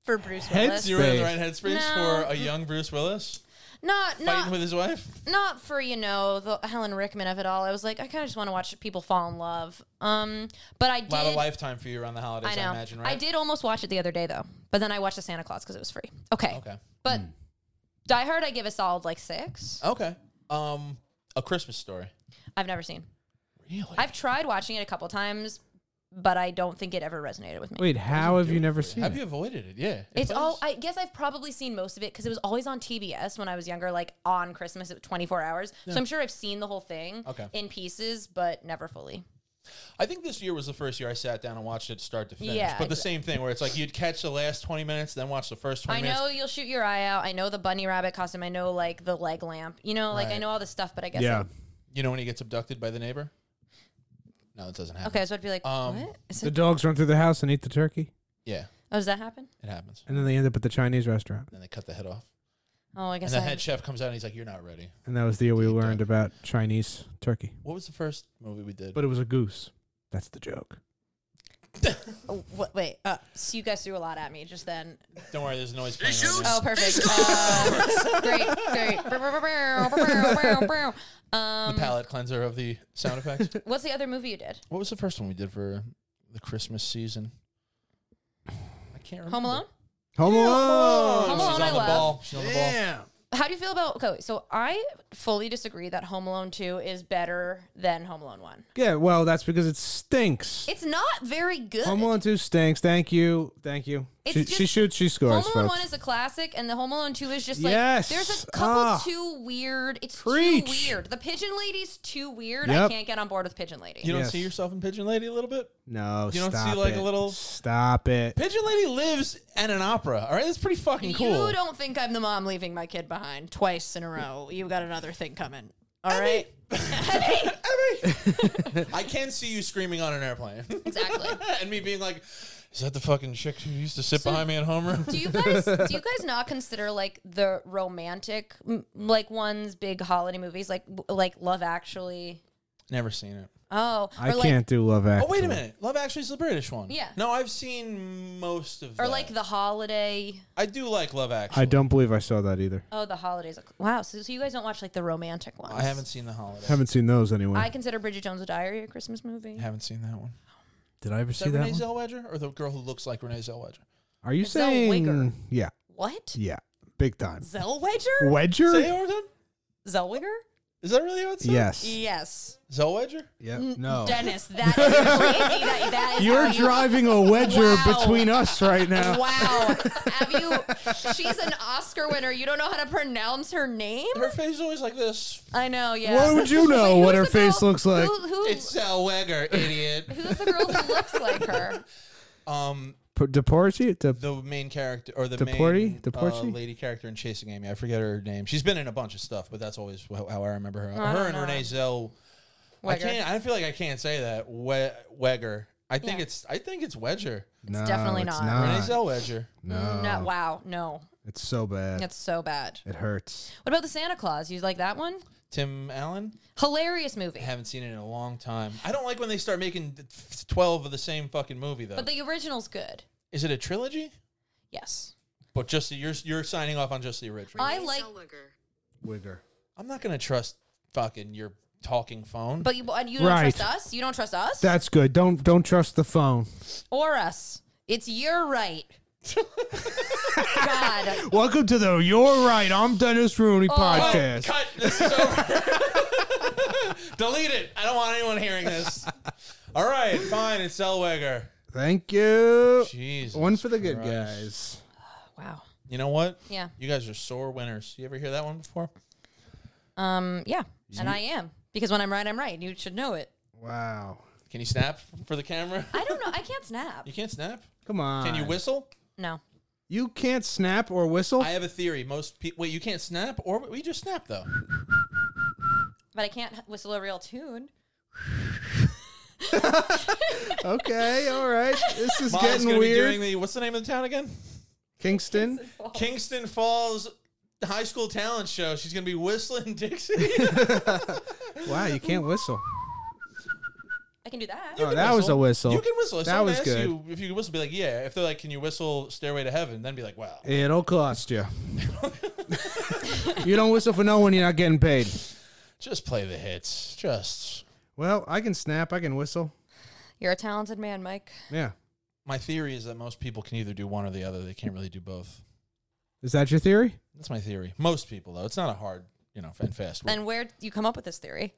C: for Bruce
A: Heads-
C: Willis.
B: You were in the
A: Space.
B: right headspace
C: No.
B: for a young Bruce Willis
C: not
B: fighting
C: not
B: with his wife.
C: not for you know the Helen Rickman of it all. I was like, I kind of just want to watch people fall in love. Um, but I
B: A lot of
C: did.
B: lifetime for you around the holidays,
C: I
B: I,
C: know.
B: imagine, right?
C: I did almost watch it the other day though, but then I watched the Santa Claus because it was free. Okay,
B: Okay.
C: but
B: Hmm.
C: Die Hard, I give a solid like six.
B: Okay. Um, a Christmas story.
C: I've never seen.
B: Really?
C: I've tried watching it a couple times, but I don't think it ever resonated with me.
A: Wait, how have you never seen
B: Have
A: it?
B: you avoided it? Yeah. It
C: It's
B: was-
C: all. I guess I've probably seen most of it because it was always on TBS when I was younger, like on Christmas at 24 hours. So I'm sure I've seen the whole thing
B: Okay.
C: in pieces, but never fully.
B: I think this year was the first year I sat down and watched it start to finish.
C: Yeah,
B: but the
C: exactly.
B: same thing where it's like you'd catch the last 20 minutes, then watch the first 20
C: I
B: minutes.
C: know you'll shoot your eye out. I know the bunny rabbit costume. I know like the leg lamp. You know, like I
B: Right.
C: know all this stuff, but I guess.
A: Yeah.
C: like-
B: You know when he gets abducted by the neighbor? No, that doesn't happen.
C: okay, I was about to be like,
B: Um,
C: what? Is
A: The
C: it,
A: dogs run through the house and eat the turkey,
B: Yeah,
C: oh, does that happen?
B: it happens.
A: and then they end up at the Chinese restaurant.
B: Then they cut the head off.
C: Oh, I
B: And
C: guess.
B: the
C: I-
B: head chef comes out and he's like, You're not ready.
A: And that was the year we
B: Eat
A: learned
B: duck.
A: about Chinese turkey.
B: What was the first movie we did?
A: But it was a goose. That's the joke.
C: oh, wh- wait. Uh, so you guys threw a lot at me just then.
B: [laughs] Don't worry, there's noise playing. Right now.
C: Oh,
B: [laughs]
C: perfect. Uh, great, great.
B: The
C: um,
B: palate cleanser of the sound
C: [laughs]
B: effects.
C: what's the other movie you did?
B: what was the first one we did for the Christmas season? I can't remember.
C: Home Alone.
A: Home Alone.
C: Home
B: She's
C: Alone,
B: on
C: I
B: the
C: love.
B: ball. She's on the ball.
C: How do you feel about okay? So I fully disagree that Home Alone Two is better than Home Alone One.
A: Yeah, well, that's because it stinks.
C: It's not very good.
A: Home Alone 2 stinks. Thank you. Thank you.
C: It's
A: She,
C: just-
A: she shoots, she scores,
C: Home Alone
A: folks.
C: One is a classic, and the Home Alone Two is just like
A: Yes.
C: there's a couple
A: Ah.
C: too weird. It's
A: Preach.
C: too weird. The Pigeon Lady's too weird. I
A: Yep.
C: can't get on board with Pigeon Lady.
B: You don't
A: Yes.
B: see yourself in Pigeon Lady a little bit?
A: no,
B: You don't see,
A: stop
B: like, a
A: it.
B: little-
A: Stop it.
B: Pigeon Lady lives at an opera. All right, that's pretty fucking cool.
C: You don't think I'm the mom leaving my kid behind twice in a row? You got another thing
A: [laughs]
C: coming. All
B: Abby!
C: right. [laughs]
B: Abby! I can see you screaming on an airplane. [laughs]
C: Exactly.
B: and me being like, is that the fucking chick who used to sit behind me at homeroom?
C: Do you guys do you guys not consider like the romantic m- like ones big holiday movies like like Love Actually?
B: [laughs] Never seen it.
C: Oh,
A: I
C: or like,
A: can't do Love Actually.
B: Oh, wait a minute. Love Actually is the British one.
C: Yeah.
B: No, I've seen most of
C: Or
B: that.
C: like the holiday.
B: I do like Love Actually.
A: I don't believe I saw that either.
C: Oh, the holidays. Wow. So, so you guys don't watch like the romantic ones.
B: I haven't seen The Holiday.
A: Haven't seen those anyway.
C: I consider Bridget Jones' Diary a Christmas movie.
B: Haven't seen that one.
A: Did I ever
B: Is that Renee Zellweger or the girl who looks like Renee Zellweger?
A: Are you
C: It's Zell
A: saying?
C: Wigger.
A: Yeah,
C: What?
A: yeah, big time.
C: Zellweger?
A: Wedger?
B: Say it one more time.
C: Zellweger?
B: Is that really how it's said?
A: yes.
C: Yes.
B: Zellweger?
A: Yeah. No.
C: E Dennis, that is
A: [laughs]
C: crazy. That, that is
A: Oh. You're
C: how you-
A: driving a wedger
C: Wow.
A: between us right [laughs] now.
C: Wow. Have you? She's an Oscar winner. You don't know how to pronounce her name?
B: Her face is always like this.
C: I know, yeah.
A: Why would you know
C: Wait,
A: what her
C: who's the girl-
A: face looks like?
C: Who, who,
B: It's Zellweger, idiot.
C: who's the girl who looks like
A: [laughs]
C: her?
B: um,
A: P- Deporty? De-
B: [laughs] the main character or the main
A: Deporty?
B: uh,
A: Deporty?
B: lady character in Chasing Amy. I forget her name. She's been in a bunch of stuff, but that's always wh- how I remember her.
C: I
B: her
C: don't
B: and
C: know.
B: Renee Zell. I
C: Wegger.
B: can't. I feel like I can't say that. We- Wegger. I think
C: Yeah.
B: it's. I think it's Wedger.
A: no,
C: definitely
A: it's
C: not.
B: Renee
A: not.
B: Zellweger.
A: No.
C: No, wow, no.
A: It's so bad.
C: That's so bad.
A: it hurts.
C: What about the Santa Claus? You like that one?
B: Tim Allen.
C: Hilarious movie.
B: I haven't seen it in a long time. I don't like when they start making th- f- twelve of the same fucking movie though.
C: But the original's good.
B: Is it a trilogy?
C: Yes.
B: But just the, you're you're signing off on just the original.
C: I like,
A: Wigger.
B: I'm not gonna trust fucking your talking phone.
C: but you, but you don't
A: Right.
C: trust us. You don't trust us
A: That's good. Don't don't trust the phone.
C: or us. It's your right.
A: [laughs]
C: God,
A: Welcome to the You're Right, I'm Dennis Rooney
B: Oh,
A: podcast.
B: cut. This is over. [laughs] Delete it. I don't want anyone hearing this. All right, fine. It's Zellweger.
A: Thank you.
B: Jesus.
A: One for the good
B: Christ.
A: guys.
C: wow.
B: You know what?
C: Yeah.
B: You guys are sore winners. You ever hear that one before?
C: Um. Yeah. And I am because when I'm right, I'm right. You should know it.
A: Wow.
B: Can you snap for the camera?
C: I don't know. I
A: [laughs]
C: can't snap.
B: You can't snap.
A: Come on.
B: Can you whistle?
C: No.
A: You can't snap or whistle?
B: I have a theory. Most people. Wait, you can't snap, or we just snap though.
C: But I can't h- whistle a real tune.
A: okay, all
B: [laughs]
A: right. This is
B: Molly's
A: getting
B: gonna Be
A: weird.
B: doing the, what's the name of the town again?
A: Kingston.
C: Oh.
B: Kingston Falls High School Talent Show. She's [laughs] gonna be whistling Dixie.
A: Wow, you can't whistle.
C: I can do that.
A: Oh, that was a whistle.
B: You can whistle. If
A: That
B: someone
A: was
B: asks
A: good.
B: you if you can whistle, be like, yeah. If they're like, can you whistle Stairway to Heaven? Then be like, wow.
A: It'll cost
B: [laughs]
A: you. you don't whistle for no one, you're not getting paid.
B: Just play the hits. Just
A: Well, I can snap, I can whistle.
C: You're a talented man, Mike.
A: Yeah.
B: my theory is that most people can either do one or the other. They can't really do both.
A: Is that your theory?
B: That's my theory. Most people though, it's not a hard, you know, and fast. Rule.
C: And where do you come up with this theory?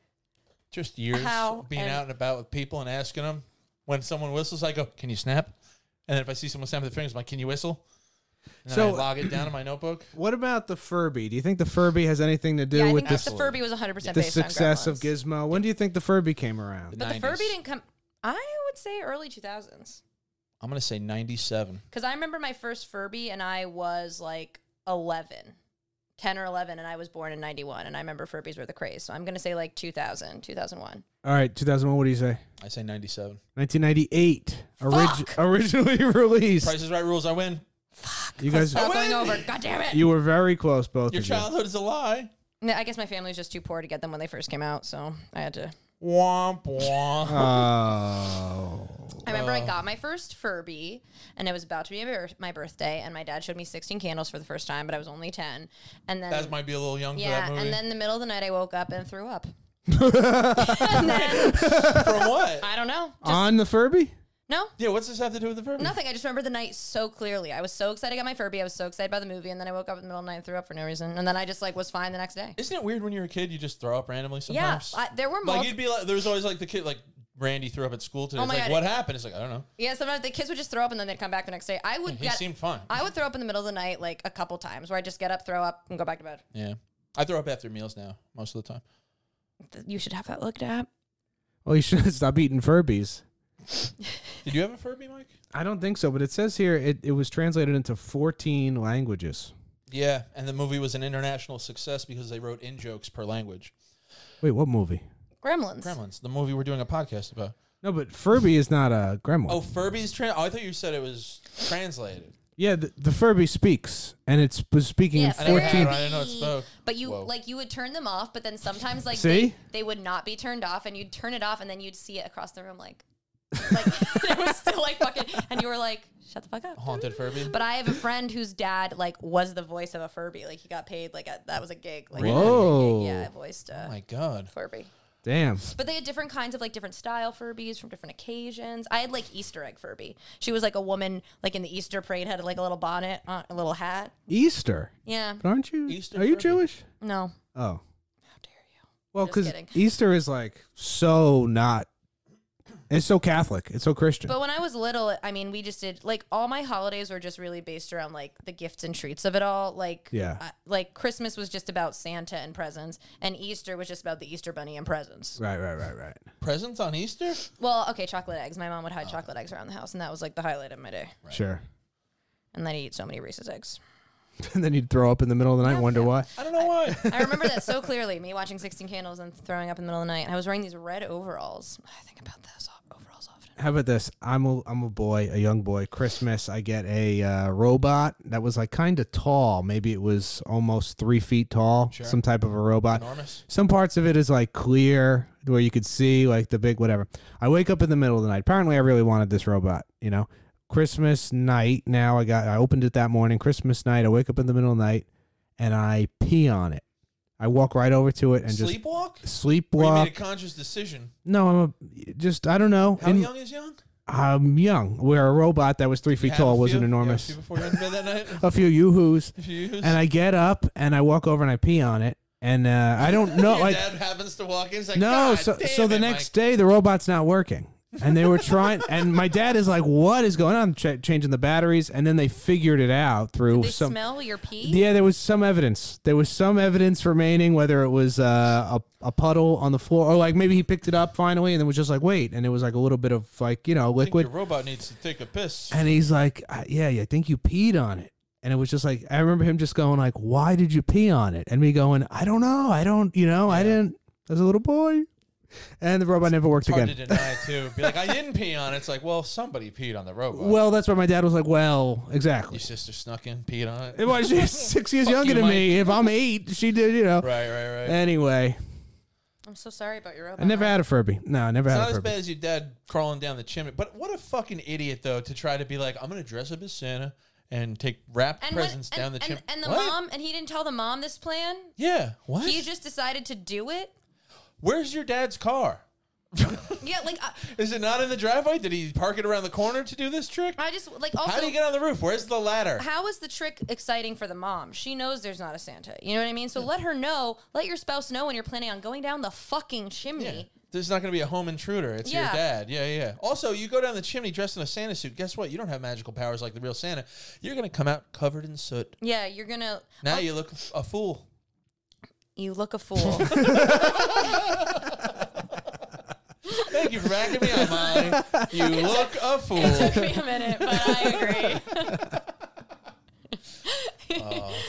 B: just years
C: How
B: being
C: and-
B: out and about with people and asking them. When someone whistles, I go, "Can you snap?" And then if I see someone snap their fingers, I'm like, "Can you whistle?" And
A: So-
B: then I log it down in my notebook.
A: What about the Furby? Do you think the Furby has anything to do
C: yeah, I
A: with
C: think
A: the,
C: that the Furby was 100 percent
A: the
C: based
A: success
C: on
A: of Gizmo? When do you think the Furby came around?
C: But the
B: 90s.
C: Furby didn't come. I would say early 2000s
B: I'm gonna say 97.
C: because I remember my first Furby and I was like 11, 10 or 11, and I was born in 91, and I remember Furbies were the craze. So I'm gonna say like 2000, 2001.
A: All right, 2001, what do you say?
B: I say 97.
A: 1998.
C: Fuck!
A: originally [laughs] released.
B: Price is right rules. I win.
A: You guys,
C: Stop going
B: win!
C: over. God damn it.
A: you were very close, both
B: Your
A: of
B: childhood is a lie.
C: No, I guess my family was just too poor to get them when they first came out, so I had to.
B: Womp
A: you.
B: womp.
A: Oh.
C: I remember I got my first Furby, and it was about to be my birth- my birthday, and my dad showed me 16 candles for the first time, but I was only 10, and then
B: That might be a little young for
C: yeah,
B: that movie.
C: and then the middle of the night I woke up and
B: [laughs]
C: threw up. and then [laughs]
B: From what?
C: I don't know. Just-
A: On the Furby?
C: no,
B: Yeah, what's this have to do with the Furby?
C: nothing. I just remember the night so clearly. I was so excited I got my Furby. I was so excited by the movie, and then I woke up in the middle of the night and threw up for no reason, and then I just like was fine the next day.
B: Isn't it weird when you're a kid you just throw up randomly
C: Yeah,
B: sometimes?
C: I, there were
B: like
C: multiple.
B: you'd be like there's always like the kid like Randy threw up at school today.
C: Oh
B: it's
C: my
B: like
C: God.
B: what happened? It's like I don't know.
C: yeah, sometimes the kids would just throw up and then they'd come back the next day. I would
B: He
C: get.
B: seemed fine.
C: I would throw up in the middle of the night like a couple times, where I just get up, throw up, and go back to bed.
B: yeah. I throw up after meals now most of the time.
C: Th- You should have that looked at.
A: Well, Oh, you should [laughs] stop eating Furbies.
B: Did you have a Furby, Mike?
A: I don't think so, but it says here it, it was translated into 14 languages.
B: Yeah, and the movie was an international success because they wrote in jokes per language.
A: Wait, what movie?
C: Gremlins.
B: Gremlins, the movie we're doing a podcast about.
A: No, but Furby is not a gremlin.
B: Oh, Furby's trans. Oh, I thought you said it was translated.
A: Yeah, the, the Furby speaks, and it's was speaking
C: Yeah,
A: in 14.
B: I didn't know it
C: Furby.
B: spoke.
C: But you
B: Whoa.
C: like you would turn them off, but then sometimes like
A: See?
C: They, they would not be turned off, and you'd turn it off, and then you'd see it across the room like, like [laughs] it was still like fucking, and you were like, shut the fuck up.
B: Haunted Furby.
C: But I have a friend whose dad like was the voice of a Furby. Like he got paid like a, that was a gig. Like,
B: Really?
A: Whoa.
C: yeah, I voiced a
B: oh my god.
C: Furby.
A: Damn.
C: But they had different kinds of like different style Furbies from different occasions. I had like Easter egg Furby. She was like a woman like in the Easter parade had like a little bonnet, uh, a little hat.
A: Easter.
C: Yeah.
A: But aren't you?
B: Easter
A: are you
B: Furby.
A: Jewish?
C: No.
A: Oh.
C: How dare you?
A: Well,
C: Just
A: because
C: kidding.
A: Easter is like so not. It's so Catholic. It's so Christian.
C: But when I was little, I mean, we just did like all my holidays were just really based around like the gifts and treats of it all. Like,
A: Yeah.
C: I- like Christmas was just about Santa and presents, and Easter was just about the Easter bunny and presents.
A: right, right, right, right.
B: Presents on Easter?
C: Well, okay, chocolate eggs. My mom would
B: Oh,
C: hide chocolate eggs around the house, and that was like the highlight of my day.
A: Sure. [laughs]
C: And then I eat so many
B: [laughs]
C: Reese's eggs.
A: and then you'd throw up in the middle of the night, and wonder why.
B: I don't know why.
C: I remember that so clearly. Me watching Sixteen Candles and throwing up in the middle of the night. And I was wearing these red overalls. [sighs] I think about those o- overalls often.
A: How about this? I'm a I'm a boy, a young boy. Christmas, I get a uh, robot that was like kind of tall. Maybe it was almost three feet tall. Some type of a robot.
B: Enormous.
A: Some parts of it is like clear, where you could see like the big whatever. I wake up in the middle of the night. Apparently, I really wanted this robot. You know, Christmas night. Now I got I opened it that morning. Christmas night. I wake up in the middle of the night, and I pee on it. I walk right over to it and
B: Sleepwalk?
A: just
B: Or you
A: sleepwalk.
B: made a conscious decision.
A: no, I'm a, just I don't know.
B: How
A: In-
B: young is young?
A: I'm young. Where a robot that was three
B: You
A: feet
B: have
A: tall
B: a
A: wasn't
B: few? You have a
A: enormous.
B: few before you went to bed that night? [laughs]
A: a few yoo-hoos.
B: If you use-
A: And I get up and I walk over and I pee on it. And uh, I
B: [laughs]
A: don't know.
B: Your
A: like
B: dad happens to walk in. He's like,
A: no,
B: God
A: so
B: damn
A: so the
B: it,
A: next day the robot's not working. And they were trying, [laughs] and my dad is like, "What is going on? Ch- changing the batteries?" And then they figured it out through
C: They
A: some.
C: smell your pee.
A: Yeah, there was some evidence. There was some evidence remaining, whether it was uh, a a puddle on the floor, or like maybe he picked it up finally, and then was just like, "Wait," and it was like a little bit of like you know
B: Mike. I think
A: liquid.
B: your robot needs to take a piss.
A: And he's like, "I- "Yeah, yeah, I think you peed on it." And it was just like I remember him just going like, "Why did you pee on it?" And me going, "I don't know. I don't, you know, I didn't." I was a little boy. And the robot never worked
B: It's hard
A: again.
B: to deny too. Be like, I didn't pee on it. It's like, well, somebody peed on the robot.
A: Well, that's why my dad was like, "Well, exactly."
B: your sister snuck in, peed on it.
A: It
B: [laughs]
A: was she's six years
B: Fuck
A: younger
B: you,
A: than me. If I'm eight, she did, you know.
B: Right, right, right.
A: Anyway,
C: I'm so sorry about your robot.
A: I never
C: Mike.
A: had a Furby. No, I never
B: It's
A: had
B: not
A: a
B: as
A: Furby.
B: bad as your dad crawling down the chimney. But what a fucking idiot though to try to be like, I'm gonna dress up as Santa and take wrapped
C: and when-
B: presents down the
C: and,
B: chimney.
C: and, and the
B: What?
C: mom, and he didn't tell the mom this plan.
B: Yeah. What?
C: He just decided to do it.
B: Where's your dad's car?
C: Yeah, like I,
B: Is it not in the driveway? Did he park it around the corner to do this trick?
C: I just like also.
B: How do you get on the roof? Where's the ladder?
C: how is the trick exciting for the mom? She knows there's not a Santa. You know what I mean? So let her know, let your spouse know when you're planning on going down the fucking
B: Yeah.
C: chimney.
B: There's not going to be a home intruder. It's your
C: Yeah.
B: dad. Yeah, yeah. Also, you go down the chimney dressed in a Santa suit. Guess what? You don't have magical powers like the real Santa. You're going to come out covered in soot.
C: Yeah, you're gonna
B: Now you look a fool.
C: you look a fool.
B: Thank you for backing me up, Molly. [laughs] You look a fool.
C: [laughs] took me a minute, but I agree.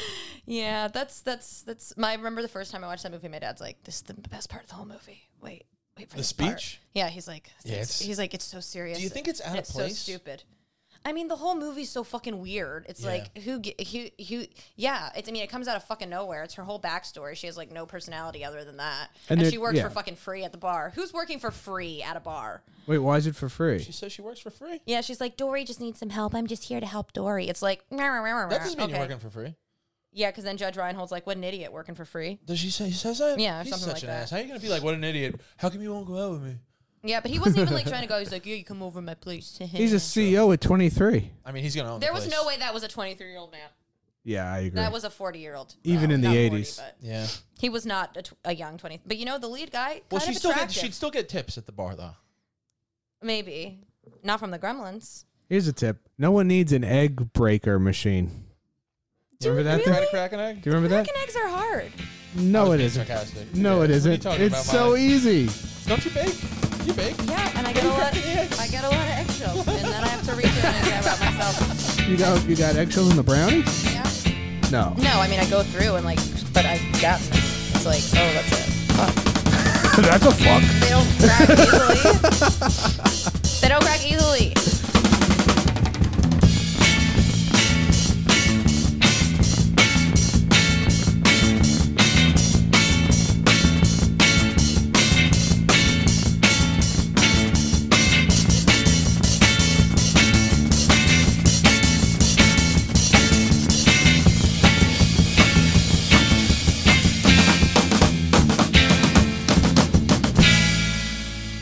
B: [laughs]
C: yeah, that's that's that's my I remember the first time I watched that movie, my dad's like, This is the best part of the whole movie. Wait, wait for
B: The
C: this part."
B: speech?
C: Yeah, he's like
B: Yeah,
C: it's-
B: it's-
C: he's like, It's so serious.
B: Do you think it's out
C: and
B: of
C: it's
B: place?
C: so stupid. I mean, the whole movie's so fucking weird. It's
B: Yeah.
C: like who, ge- who, who? Yeah, it's. I mean, it comes out of fucking nowhere. It's her whole backstory. She has like no personality other than that,
A: And
C: and,
A: there-
C: she works
A: yeah.
C: for fucking free at the bar. Who's working for free at a bar?
A: Wait, why is it for free?
B: She says she works for free.
C: Yeah, she's like, Dory just needs some help. I'm just here to help Dory. It's like,
B: That doesn't mean you're working for free.
C: Yeah, because then Judge Reinhold's like, what an idiot working for free.
B: Does she say? She says that?
C: Yeah, or
B: He's
C: something
B: such
C: like
B: an
C: that.
B: ass. How are you going to be like, what an idiot? How come you won't go out with me?
C: Yeah, but he wasn't even like trying to go. He's like, yeah, you come over my place.
A: He's a CEO at 23.
B: I mean, he's going to own the
C: There was
B: place.
C: no way that was a 23 year old man.
A: Yeah, I agree.
C: That was a 40 year old.
A: Even in the
C: not
A: 80s.
C: but
B: Yeah.
C: he was not a, tw- a young 20. But you know, the lead guy. Kind
B: Well, she
C: of
B: still get,
C: attractive.
B: she'd still get tips at the bar, though.
C: Maybe. Not from the Gremlins.
A: Here's a tip: no one needs an egg breaker machine. Do you remember that?
B: Try
A: thing?
B: to crack an egg?
A: Do you remember that?
C: Fucking eggs are hard.
A: No,
B: was
A: it
B: being
A: isn't.
B: sarcastic.
A: No,
B: Yeah.
A: it
B: What are you
A: isn't.
B: talking
A: It's
B: about,
A: so e-
B: Molly?
A: easy.
B: Don't you bake? You bake?
C: Yeah, and I get a lot. I get a lot of eggshells, and then I have to reach in and grab out myself.
B: [laughs]
A: You got you got eggshells in the brownie?
C: Yeah.
A: No.
C: No, I mean I go through and like, but I got it's like, oh, that's it. Fuck.
A: [laughs] That's a fuck.
C: They don't crack easily. [laughs] they don't crack easily.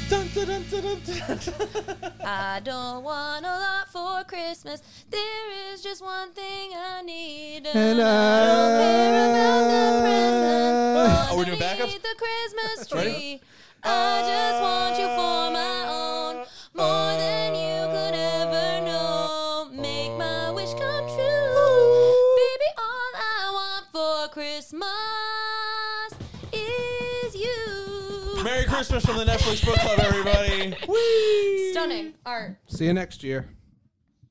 B: Dun, dun, dun, dun, dun, dun.
C: I don't want a lot for Christmas. There is just one thing I need,
A: And I
C: don't care about the
A: Oh,
C: present
B: we're doing backup?
C: underneath the Christmas
B: Ready?
C: tree. I just want you for my own, more than you could ever know. Make my wish come true, baby. All I want for Christmas is you.
B: Merry Christmas from the Netflix Book Club, everybody.
C: Stunning art.
A: See you next year.